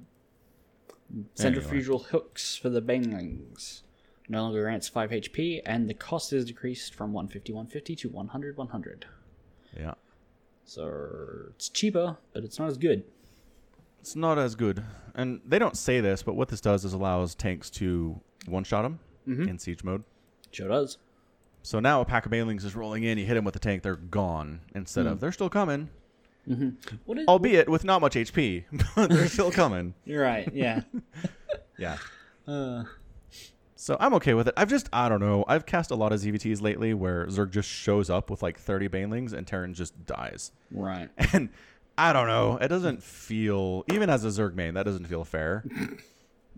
[SPEAKER 2] Centrifugal hooks for the banglings. No longer grants 5 HP, and the cost is decreased from 150 150 to 100 100.
[SPEAKER 1] Yeah,
[SPEAKER 2] So it's cheaper, but it's not as good.
[SPEAKER 1] it's not as good. And they don't say this, but what this does is allows tanks to one-shot them in siege mode.
[SPEAKER 2] Sure does.
[SPEAKER 1] So now a pack of Banelings is rolling in. You hit them with a tank, they're gone. Instead of they're still coming,
[SPEAKER 2] What is,
[SPEAKER 1] albeit with not much HP, [LAUGHS] but they're still coming. [LAUGHS]
[SPEAKER 2] You're right, yeah.
[SPEAKER 1] Yeah.
[SPEAKER 2] uh,
[SPEAKER 1] So I'm okay with it. I've just I don't know. I've cast a lot of ZVTs lately where Zerg just shows up with like 30 Banelings and Terran just dies. [LAUGHS]
[SPEAKER 2] right.
[SPEAKER 1] and I don't know. It doesn't feel even as a Zerg main that doesn't feel fair.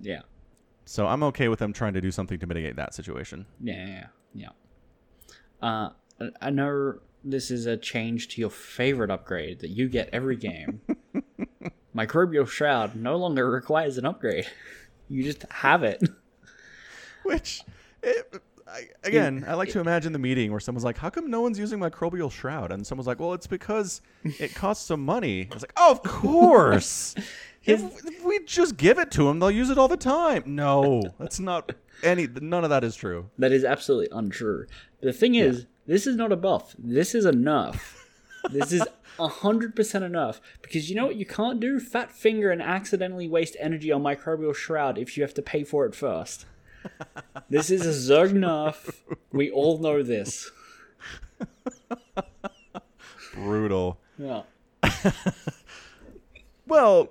[SPEAKER 2] Yeah.
[SPEAKER 1] So I'm okay with them trying to do something to mitigate that situation.
[SPEAKER 2] Yeah, yeah, yeah. Uh, I- I know this is a change to your favorite upgrade that you get every game. Microbial Shroud no longer requires an upgrade. You just have it.
[SPEAKER 1] Which, it, I, again, I like to imagine the meeting where someone's like, "How come no one's using microbial shroud?" And someone's like, "Well, it's because it costs some money." It's like, "Oh, of course." [LAUGHS] If, if we just give it to them, they'll use it all the time. No, that's not any. None of that is true.
[SPEAKER 2] That is absolutely untrue. The thing is, this is not a buff. This is a nerf. this is 100% enough because you know what you can't do? Fat finger and accidentally waste energy on microbial shroud if you have to pay for it first. This is a Zerg nerf. We all know this.
[SPEAKER 1] Brutal.
[SPEAKER 2] Yeah.
[SPEAKER 1] Well,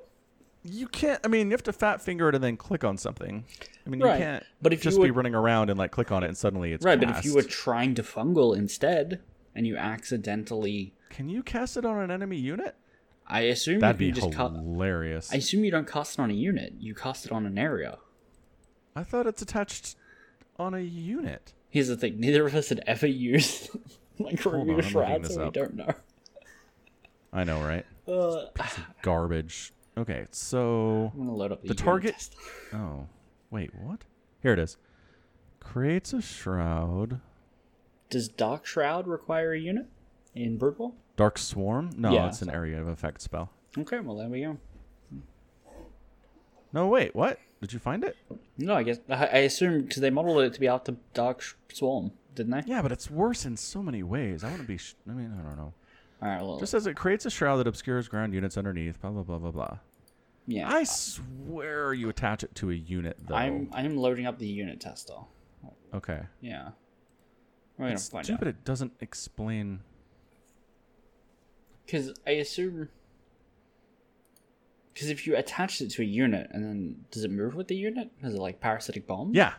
[SPEAKER 1] you can't. I mean, you have to fat finger it and then click on something. I mean,
[SPEAKER 2] Right.
[SPEAKER 1] you can't.
[SPEAKER 2] But if you
[SPEAKER 1] just be
[SPEAKER 2] were-
[SPEAKER 1] running around and like click on it and suddenly it's
[SPEAKER 2] Right, but if you were
[SPEAKER 1] cast.
[SPEAKER 2] trying to fungal instead and you accidentally
[SPEAKER 1] can you cast it on an enemy unit?
[SPEAKER 2] I assume
[SPEAKER 1] That'd
[SPEAKER 2] you
[SPEAKER 1] be
[SPEAKER 2] can just cast
[SPEAKER 1] hilarious.
[SPEAKER 2] I assume you don't cast it on a unit, you cast it on an area.
[SPEAKER 1] I thought it's attached on a unit.
[SPEAKER 2] Here's the thing, neither of us had ever used [LAUGHS]
[SPEAKER 1] on, I'm
[SPEAKER 2] microbial
[SPEAKER 1] looking
[SPEAKER 2] shroud,
[SPEAKER 1] this
[SPEAKER 2] so we
[SPEAKER 1] up.
[SPEAKER 2] don't know.
[SPEAKER 1] I know, right?
[SPEAKER 2] Uh,
[SPEAKER 1] Garbage. Okay, so
[SPEAKER 2] I'm gonna load up the,
[SPEAKER 1] The
[SPEAKER 2] unit
[SPEAKER 1] target-
[SPEAKER 2] test.
[SPEAKER 1] oh, wait, what? Here it is. Creates a shroud.
[SPEAKER 2] Does Dark Shroud require a unit? in Broodwall.
[SPEAKER 1] Dark Swarm? No,
[SPEAKER 2] Yeah,
[SPEAKER 1] it's an
[SPEAKER 2] so-
[SPEAKER 1] area of effect spell.
[SPEAKER 2] Okay, well there we go.
[SPEAKER 1] No, wait, what? Did you find it?
[SPEAKER 2] No, I guess I, I assume because they modeled it to be after Dark Sh- Swarm, didn't they?
[SPEAKER 1] Yeah, but it's worse in so many ways. I want to be. Sh- I mean, I don't know.
[SPEAKER 2] All right, well,
[SPEAKER 1] Just says it creates a shroud that obscures ground units underneath. Blah blah blah blah blah.
[SPEAKER 2] yeah.
[SPEAKER 1] I swear you attach it to a unit though.
[SPEAKER 2] I'm I'm loading up the unit tester.
[SPEAKER 1] okay.
[SPEAKER 2] Yeah, we're gonna
[SPEAKER 1] It's
[SPEAKER 2] find
[SPEAKER 1] stupid. It doesn't explain.
[SPEAKER 2] Because I assume. Because if you attach it to a unit and then does it move with the unit? Is it like parasitic bomb?
[SPEAKER 1] Yeah.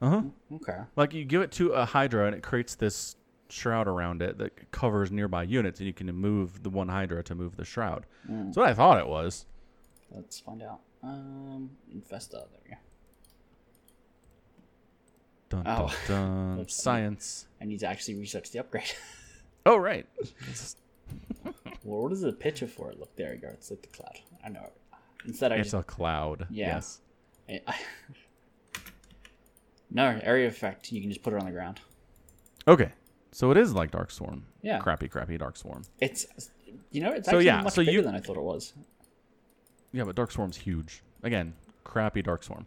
[SPEAKER 1] Uh huh.
[SPEAKER 2] Okay.
[SPEAKER 1] Like you give it to a Hydra and it creates this shroud around it that covers nearby units, and you can move the one Hydra to move the shroud.
[SPEAKER 2] Hmm.
[SPEAKER 1] That's what I thought it was.
[SPEAKER 2] Let's find out. Um, Infesta. There we go.
[SPEAKER 1] Dun
[SPEAKER 2] Ow.
[SPEAKER 1] dun
[SPEAKER 2] [LAUGHS]
[SPEAKER 1] dun.
[SPEAKER 2] That's-
[SPEAKER 1] Science.
[SPEAKER 2] I need to actually research the upgrade. [LAUGHS]
[SPEAKER 1] Oh right.
[SPEAKER 2] well, what is the picture for it? Look, there we go. It's like the cloud. I know. it. Instead, I
[SPEAKER 1] It's
[SPEAKER 2] just.
[SPEAKER 1] a cloud.
[SPEAKER 2] Yeah.
[SPEAKER 1] Yes.
[SPEAKER 2] I- I- [LAUGHS] no area effect. You can just put it on the ground.
[SPEAKER 1] Okay. So it is like Dark Swarm.
[SPEAKER 2] Yeah.
[SPEAKER 1] Crappy, crappy Dark Swarm.
[SPEAKER 2] It's. You know, it's
[SPEAKER 1] So,
[SPEAKER 2] actually
[SPEAKER 1] yeah,
[SPEAKER 2] much
[SPEAKER 1] so
[SPEAKER 2] bigger
[SPEAKER 1] you-
[SPEAKER 2] than I thought it was.
[SPEAKER 1] Yeah, but Dark Swarm's huge. Again, crappy Dark Swarm.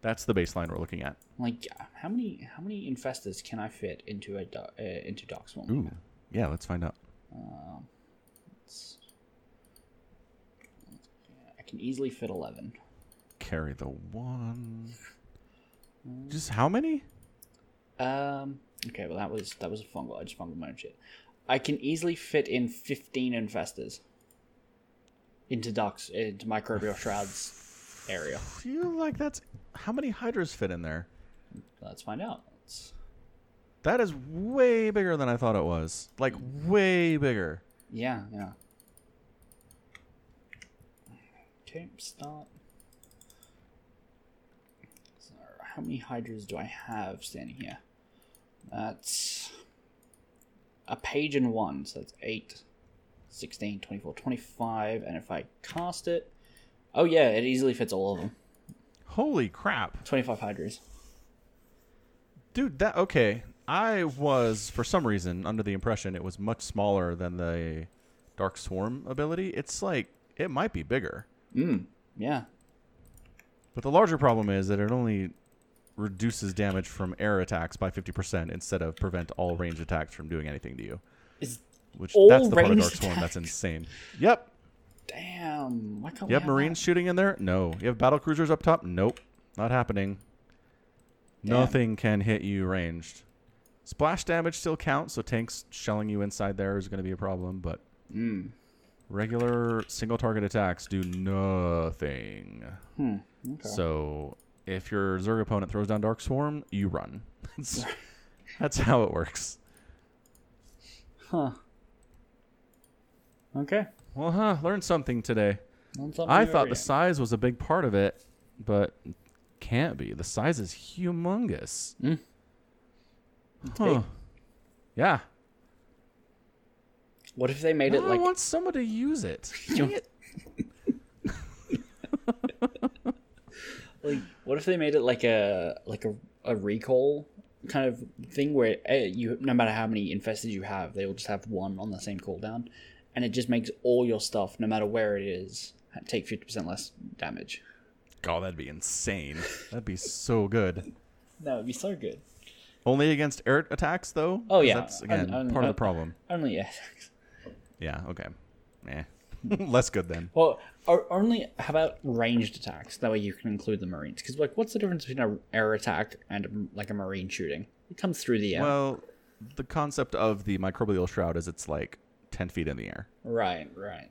[SPEAKER 1] That's the baseline we're looking at.
[SPEAKER 2] Like, how many how many infestors can I fit into a do- uh, into Dark Swarm?
[SPEAKER 1] Ooh. Yeah, let's find out.
[SPEAKER 2] It's- I can easily fit 11.
[SPEAKER 1] Carry the one. Just how many?
[SPEAKER 2] Um, okay, well that was that was a fungal. I just fungal my own shit. I can easily fit in 15 infestors into Dark's into microbial shrouds area.
[SPEAKER 1] Feel like that's how many hydras fit in there?
[SPEAKER 2] Let's find out. Let's,
[SPEAKER 1] That is way bigger than I thought it was. Like way bigger.
[SPEAKER 2] yeah, yeah. Okay, start. So, how many hydras do I have standing here? That's a page and one, so that's 8, 16, 24, 25, and if I cast it. Oh, yeah, it easily fits all of them.
[SPEAKER 1] Holy crap.
[SPEAKER 2] 25 hydras.
[SPEAKER 1] Dude, that okay. I was for some reason under the impression it was much smaller than the Dark Swarm ability. It's like it might be bigger.
[SPEAKER 2] Yeah.
[SPEAKER 1] But the larger problem is that it only reduces damage from air attacks by 50% instead of prevent all range attacks from doing anything to you.
[SPEAKER 2] Is
[SPEAKER 1] Which
[SPEAKER 2] All
[SPEAKER 1] that's the part of
[SPEAKER 2] ranged
[SPEAKER 1] Dark Swarm that's
[SPEAKER 2] attacks.
[SPEAKER 1] insane. Yep.
[SPEAKER 2] Damn. Why can't we
[SPEAKER 1] You have
[SPEAKER 2] have
[SPEAKER 1] Marines shooting in there? No. You have battle cruisers up top? Nope. Not happening.
[SPEAKER 2] Damn.
[SPEAKER 1] Nothing can hit you ranged. Splash damage still counts, so tanks shelling you inside there is going to be a problem, but regular single target attacks do nothing.
[SPEAKER 2] that? Okay.
[SPEAKER 1] So if your Zerg opponent throws down Dark Swarm, you run. [LAUGHS] That's, that's how it works.
[SPEAKER 2] Huh. Okay.
[SPEAKER 1] Well, huh, learned something today.
[SPEAKER 2] Learn something
[SPEAKER 1] I
[SPEAKER 2] new
[SPEAKER 1] thought
[SPEAKER 2] every
[SPEAKER 1] the
[SPEAKER 2] day.
[SPEAKER 1] size was a big part of it, but can't be. The size is humongous.
[SPEAKER 2] Mm.
[SPEAKER 1] Huh.
[SPEAKER 2] big.
[SPEAKER 1] Yeah.
[SPEAKER 2] What if they made it
[SPEAKER 1] No,
[SPEAKER 2] like
[SPEAKER 1] I want someone to use it.
[SPEAKER 2] [LAUGHS] You-
[SPEAKER 1] Dang it.
[SPEAKER 2] like what if they made it like a like a, a recall kind of thing where eh, you no matter how many infestors you have they will just have one on the same cooldown and it just makes all your stuff no matter where it is take 50% less damage
[SPEAKER 1] God, that'd be insane. That'd be so good.
[SPEAKER 2] that would be so good
[SPEAKER 1] Only against air attacks, though.
[SPEAKER 2] Oh,
[SPEAKER 1] 'Cause
[SPEAKER 2] yeah.
[SPEAKER 1] that's again
[SPEAKER 2] Un- un-
[SPEAKER 1] part of
[SPEAKER 2] un-
[SPEAKER 1] the problem.
[SPEAKER 2] only [LAUGHS] yeah
[SPEAKER 1] Yeah. Okay. Eh. [LAUGHS] Less good then.
[SPEAKER 2] well or only how about ranged attacks that way you can include the marines because like what's the difference between an air attack and um, like a marine shooting it comes through the air
[SPEAKER 1] Well, the concept of the microbial shroud is it's like ten feet in the air,
[SPEAKER 2] right right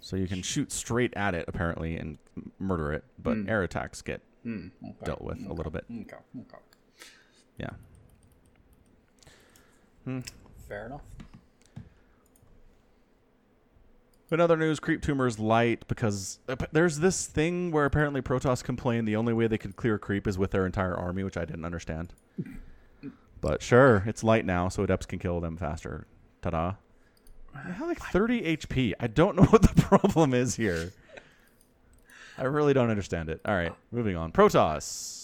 [SPEAKER 1] so you can shoot straight at it apparently and m- murder it, but air attacks get
[SPEAKER 2] okay. Hmm.
[SPEAKER 1] dealt with a little bit.
[SPEAKER 2] okay okay
[SPEAKER 1] Yeah.
[SPEAKER 2] fair enough
[SPEAKER 1] In other news, creep tumors light because ap- there's this thing where apparently Protoss complained the only way they could clear creep is with their entire army, which I didn't understand. But sure, it's light now, so adepts can kill them faster. Ta-da! They have like 30 HP. I don't [LAUGHS] know what the problem is here. I really don't understand it. All right, moving on. Protoss.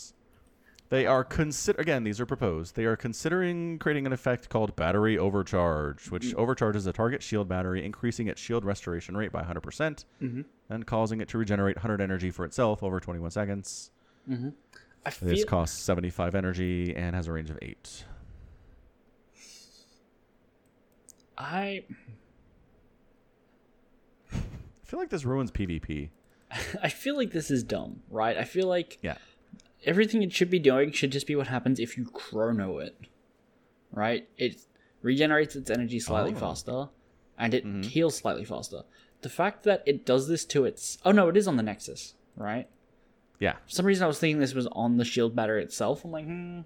[SPEAKER 1] They are consider again. These are proposed. They are considering creating an effect called battery overcharge, which
[SPEAKER 2] Mm.
[SPEAKER 1] overcharges a target shield battery, increasing its shield restoration rate by 100 percent,
[SPEAKER 2] Mm-hmm.
[SPEAKER 1] and causing it to regenerate 100 energy for itself over 21 seconds.
[SPEAKER 2] I
[SPEAKER 1] This
[SPEAKER 2] feel
[SPEAKER 1] costs 75 energy and has a range of eight.
[SPEAKER 2] I
[SPEAKER 1] I feel like this ruins PvP.
[SPEAKER 2] I feel like this is dumb, right? I feel like
[SPEAKER 1] Yeah.
[SPEAKER 2] everything it should be doing should just be what happens if you chrono it, right? It regenerates its energy slightly
[SPEAKER 1] Oh. Mm-hmm.
[SPEAKER 2] faster, and it heals slightly faster. The fact that it does this to its oh no, it is on the Nexus, right?
[SPEAKER 1] Yeah.
[SPEAKER 2] For some reason, I was thinking this was on the shield battery itself. I'm like, hmm.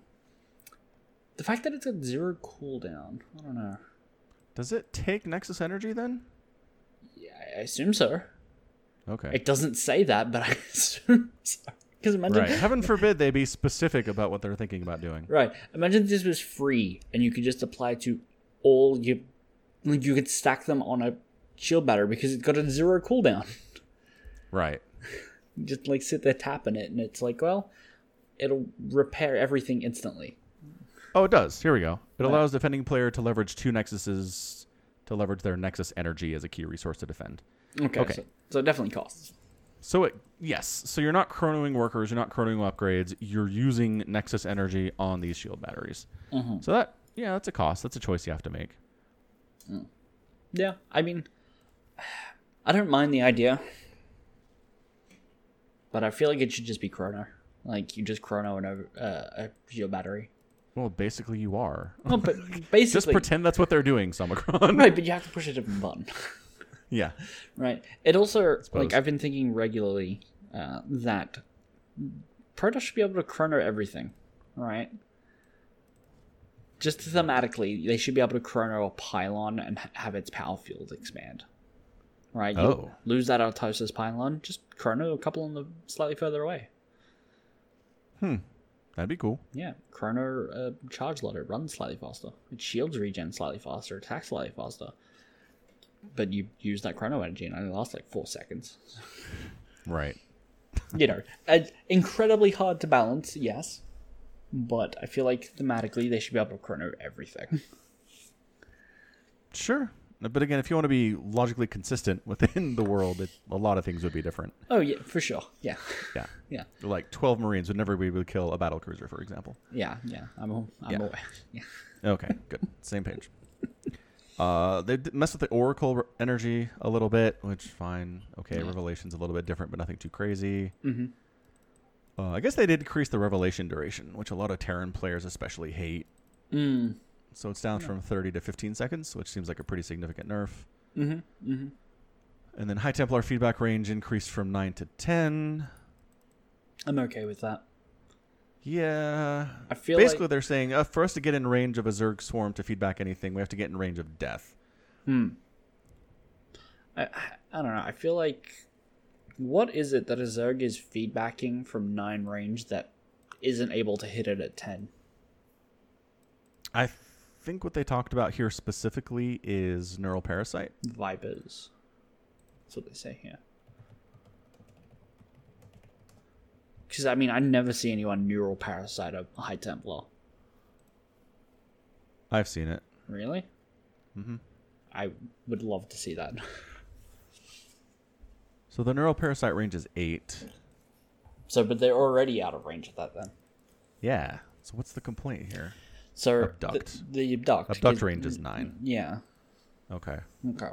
[SPEAKER 2] The fact that it's got zero cooldown, I don't know.
[SPEAKER 1] Does it take Nexus energy then?
[SPEAKER 2] Yeah, I assume so.
[SPEAKER 1] Okay.
[SPEAKER 2] It doesn't say that, but I [LAUGHS] assume so. Because imagine
[SPEAKER 1] Right. Heaven forbid they be specific about what they're thinking about
[SPEAKER 2] [LAUGHS]
[SPEAKER 1] doing.
[SPEAKER 2] Right. Imagine this was free and you could just apply to all your like you could stack them on a shield batter because it's got a zero cooldown.
[SPEAKER 1] Right.
[SPEAKER 2] You just like sit there tapping it and it's like, well, it'll repair everything instantly.
[SPEAKER 1] Oh, it does. Here we go. Uh, It allows defending player to leverage two nexuses to leverage their nexus energy as a key resource to defend.
[SPEAKER 2] Okay.
[SPEAKER 1] Okay.
[SPEAKER 2] So, so it definitely costs.
[SPEAKER 1] So it yes, so you're not chronoing workers, you're not chronoing upgrades, you're using nexus energy on these shield batteries. So that yeah, that's a cost. That's a choice you have to make.
[SPEAKER 2] Yeah. I mean [SIGHS] I don't mind the idea. But I feel like it should just be chrono. Like you just chrono an over, uh, a
[SPEAKER 1] [LAUGHS]
[SPEAKER 2] shield battery.
[SPEAKER 1] Well, basically you are.
[SPEAKER 2] Well, but
[SPEAKER 1] Just
[SPEAKER 2] basically,
[SPEAKER 1] pretend that's what they're doing,
[SPEAKER 2] [LAUGHS]
[SPEAKER 1] Somicron.
[SPEAKER 2] right? But you have to push a different button.
[SPEAKER 1] yeah.
[SPEAKER 2] Right. It also
[SPEAKER 1] suppose.
[SPEAKER 2] like I've been thinking regularly uh, that Protoss should be able to chrono everything, right? Just thematically, they should be able to chrono a pylon and ha- have its power field expand. Right? You
[SPEAKER 1] Oh.
[SPEAKER 2] lose that Artosis pylon, just chrono a couple on the slightly further away.
[SPEAKER 1] That'd be cool.
[SPEAKER 2] Yeah, chrono uh, charge lot. It runs slightly faster. It shields regen slightly faster. Attacks slightly faster. But you use that chrono energy, and it only lasts like four seconds.
[SPEAKER 1] Right.
[SPEAKER 2] you know, uh, incredibly hard to balance, yes. But I feel like thematically they should be able to chrono everything.
[SPEAKER 1] Sure. But again, if you want to be logically consistent within [LAUGHS] the world, it, a lot of things would be different.
[SPEAKER 2] Oh yeah, for sure. Yeah,
[SPEAKER 1] Yeah.
[SPEAKER 2] yeah,
[SPEAKER 1] Like 12 Marines would never be able to kill a battle cruiser, for example.
[SPEAKER 2] yeah, yeah. I'm a- I'm
[SPEAKER 1] Yeah.
[SPEAKER 2] aware. Yeah. [LAUGHS]
[SPEAKER 1] Okay, good. Same page. Uh, they d- mess with the Oracle re- energy a little bit, which fine. Okay,
[SPEAKER 2] Mm-hmm.
[SPEAKER 1] Revelation's a little bit different, but nothing too crazy. Mm-hmm. Uh, I guess they did increase the Revelation duration, which a lot of Terran players especially hate.
[SPEAKER 2] Mm.
[SPEAKER 1] So it's down from 30 to 15 seconds, which seems like a pretty significant nerf.
[SPEAKER 2] Mm-hmm. Mm-hmm.
[SPEAKER 1] And then High Templar feedback range increased from 9 to 10.
[SPEAKER 2] I'm okay with that.
[SPEAKER 1] Yeah.
[SPEAKER 2] I feel
[SPEAKER 1] Basically,
[SPEAKER 2] like-
[SPEAKER 1] they're saying uh, for us to get in range of a Zerg swarm to feedback anything, we have to get in range of death.
[SPEAKER 2] I, I I don't know. I feel like what is it that a Zerg is feedbacking from nine range that isn't able to hit it at ten?
[SPEAKER 1] I think what they talked about here specifically is neural parasite.
[SPEAKER 2] Vipers. That's what they say here. Because I mean, I never see anyone neural parasite a high templar.
[SPEAKER 1] I've seen it.
[SPEAKER 2] Really? Mm-hmm. I would love to see that. [LAUGHS]
[SPEAKER 1] So the neural parasite range is eight.
[SPEAKER 2] So, but they're already out of range of that then.
[SPEAKER 1] Yeah. So what's the complaint here?
[SPEAKER 2] So
[SPEAKER 1] Abduct.
[SPEAKER 2] the, the abduct.
[SPEAKER 1] Abduct range is nine.
[SPEAKER 2] Yeah.
[SPEAKER 1] Okay.
[SPEAKER 2] Okay.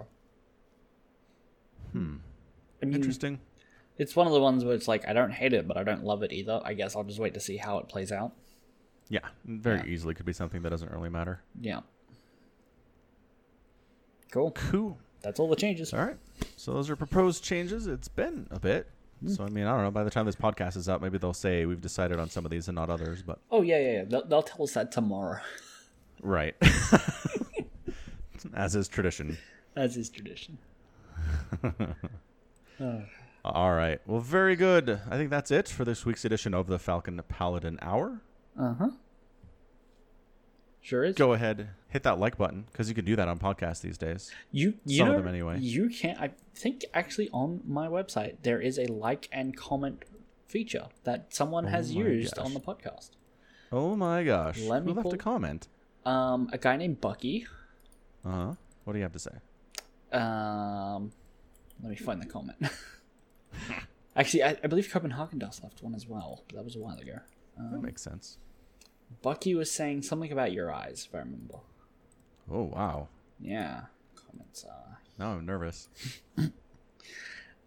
[SPEAKER 2] Hmm.
[SPEAKER 1] Hmm.
[SPEAKER 2] I mean,
[SPEAKER 1] Interesting.
[SPEAKER 2] it's one of the ones where it's like I don't hate it, but I don't love it either. I guess I'll just wait to see how it plays out.
[SPEAKER 1] Yeah. Very easily could be something that doesn't really matter.
[SPEAKER 2] Yeah. Cool.
[SPEAKER 1] Cool.
[SPEAKER 2] That's all the changes.
[SPEAKER 1] All right. So those are proposed changes. It's been a bit. So I mean, I don't know. By the time this podcast is out, maybe they'll say we've decided on some of these and not others. But
[SPEAKER 2] Oh yeah, yeah, yeah. They'll, they'll tell us that tomorrow, [LAUGHS]
[SPEAKER 1] right, [LAUGHS] as is tradition.
[SPEAKER 2] as is tradition.
[SPEAKER 1] All right. Well, very good. I think that's it for this week's edition of the Falcon Paladin Hour.
[SPEAKER 2] Uh huh. Sure is.
[SPEAKER 1] Go ahead, hit that like button because you can do that on podcasts these days.
[SPEAKER 2] You, you
[SPEAKER 1] Some
[SPEAKER 2] know,
[SPEAKER 1] of them anyway.
[SPEAKER 2] You can. I think actually on my website there is a like and comment feature that someone has
[SPEAKER 1] Oh my
[SPEAKER 2] used
[SPEAKER 1] gosh.
[SPEAKER 2] on the podcast.
[SPEAKER 1] Oh my gosh.
[SPEAKER 2] Let
[SPEAKER 1] Who
[SPEAKER 2] me
[SPEAKER 1] left a
[SPEAKER 2] pull-
[SPEAKER 1] comment?
[SPEAKER 2] Um, a guy named Bucky.
[SPEAKER 1] Uh huh. What do you have to say?
[SPEAKER 2] Um, let me find the comment. [LAUGHS] Actually, I, I believe Copenhagen Dust left one as well, but that was a while ago. Um.
[SPEAKER 1] That makes sense.
[SPEAKER 2] Bucky was saying something about your eyes, if I remember.
[SPEAKER 1] Oh wow.
[SPEAKER 2] Yeah, comments are.
[SPEAKER 1] Now I'm nervous.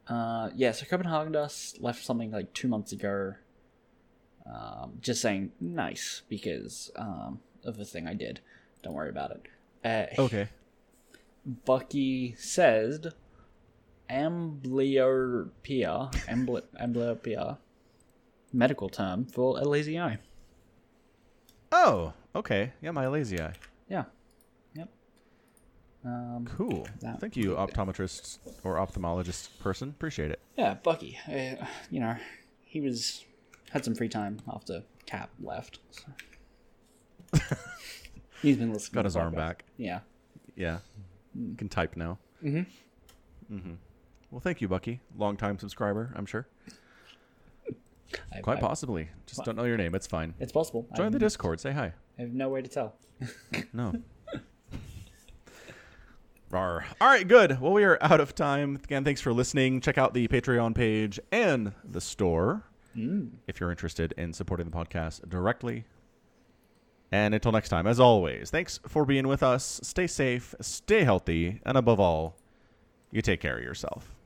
[SPEAKER 2] Uh, yeah, so Copenhagen Dust left something like two months ago, um, just saying nice because um, of the thing I did. Don't worry about it. Uh,
[SPEAKER 1] Okay.
[SPEAKER 2] Bucky says, amblyopia, ambly- amblyopia, medical term for a lazy eye.
[SPEAKER 1] Oh, okay. Yeah, my lazy eye.
[SPEAKER 2] Yeah. Yep. Um,
[SPEAKER 1] Cool.
[SPEAKER 2] That-
[SPEAKER 1] Thank you, optometrist or ophthalmologist person. Appreciate it.
[SPEAKER 2] yeah, Bucky. Uh, you know, he was had some free time after Cap left.
[SPEAKER 1] [LAUGHS]
[SPEAKER 2] So. He's been listening.
[SPEAKER 1] Got
[SPEAKER 2] to
[SPEAKER 1] his
[SPEAKER 2] the
[SPEAKER 1] arm
[SPEAKER 2] podcast.
[SPEAKER 1] back.
[SPEAKER 2] Yeah.
[SPEAKER 1] Yeah. Can type now. Mm-hmm. Mm-hmm. Well, thank you, Bucky. Longtime subscriber, I'm sure.
[SPEAKER 2] I-
[SPEAKER 1] Quite
[SPEAKER 2] I-
[SPEAKER 1] possibly. Just don't know your name. It's fine.
[SPEAKER 2] It's possible. I
[SPEAKER 1] Join
[SPEAKER 2] have,
[SPEAKER 1] the Discord. Say hi.
[SPEAKER 2] I have no way to tell.
[SPEAKER 1] No. Rawr. All right, good. Well, we are out of time. Again, thanks for listening. Check out the Patreon page and the store if you're interested in supporting the podcast directly. And until next time, as always, thanks for being with us. Stay safe, stay healthy, and above all, you take care of yourself.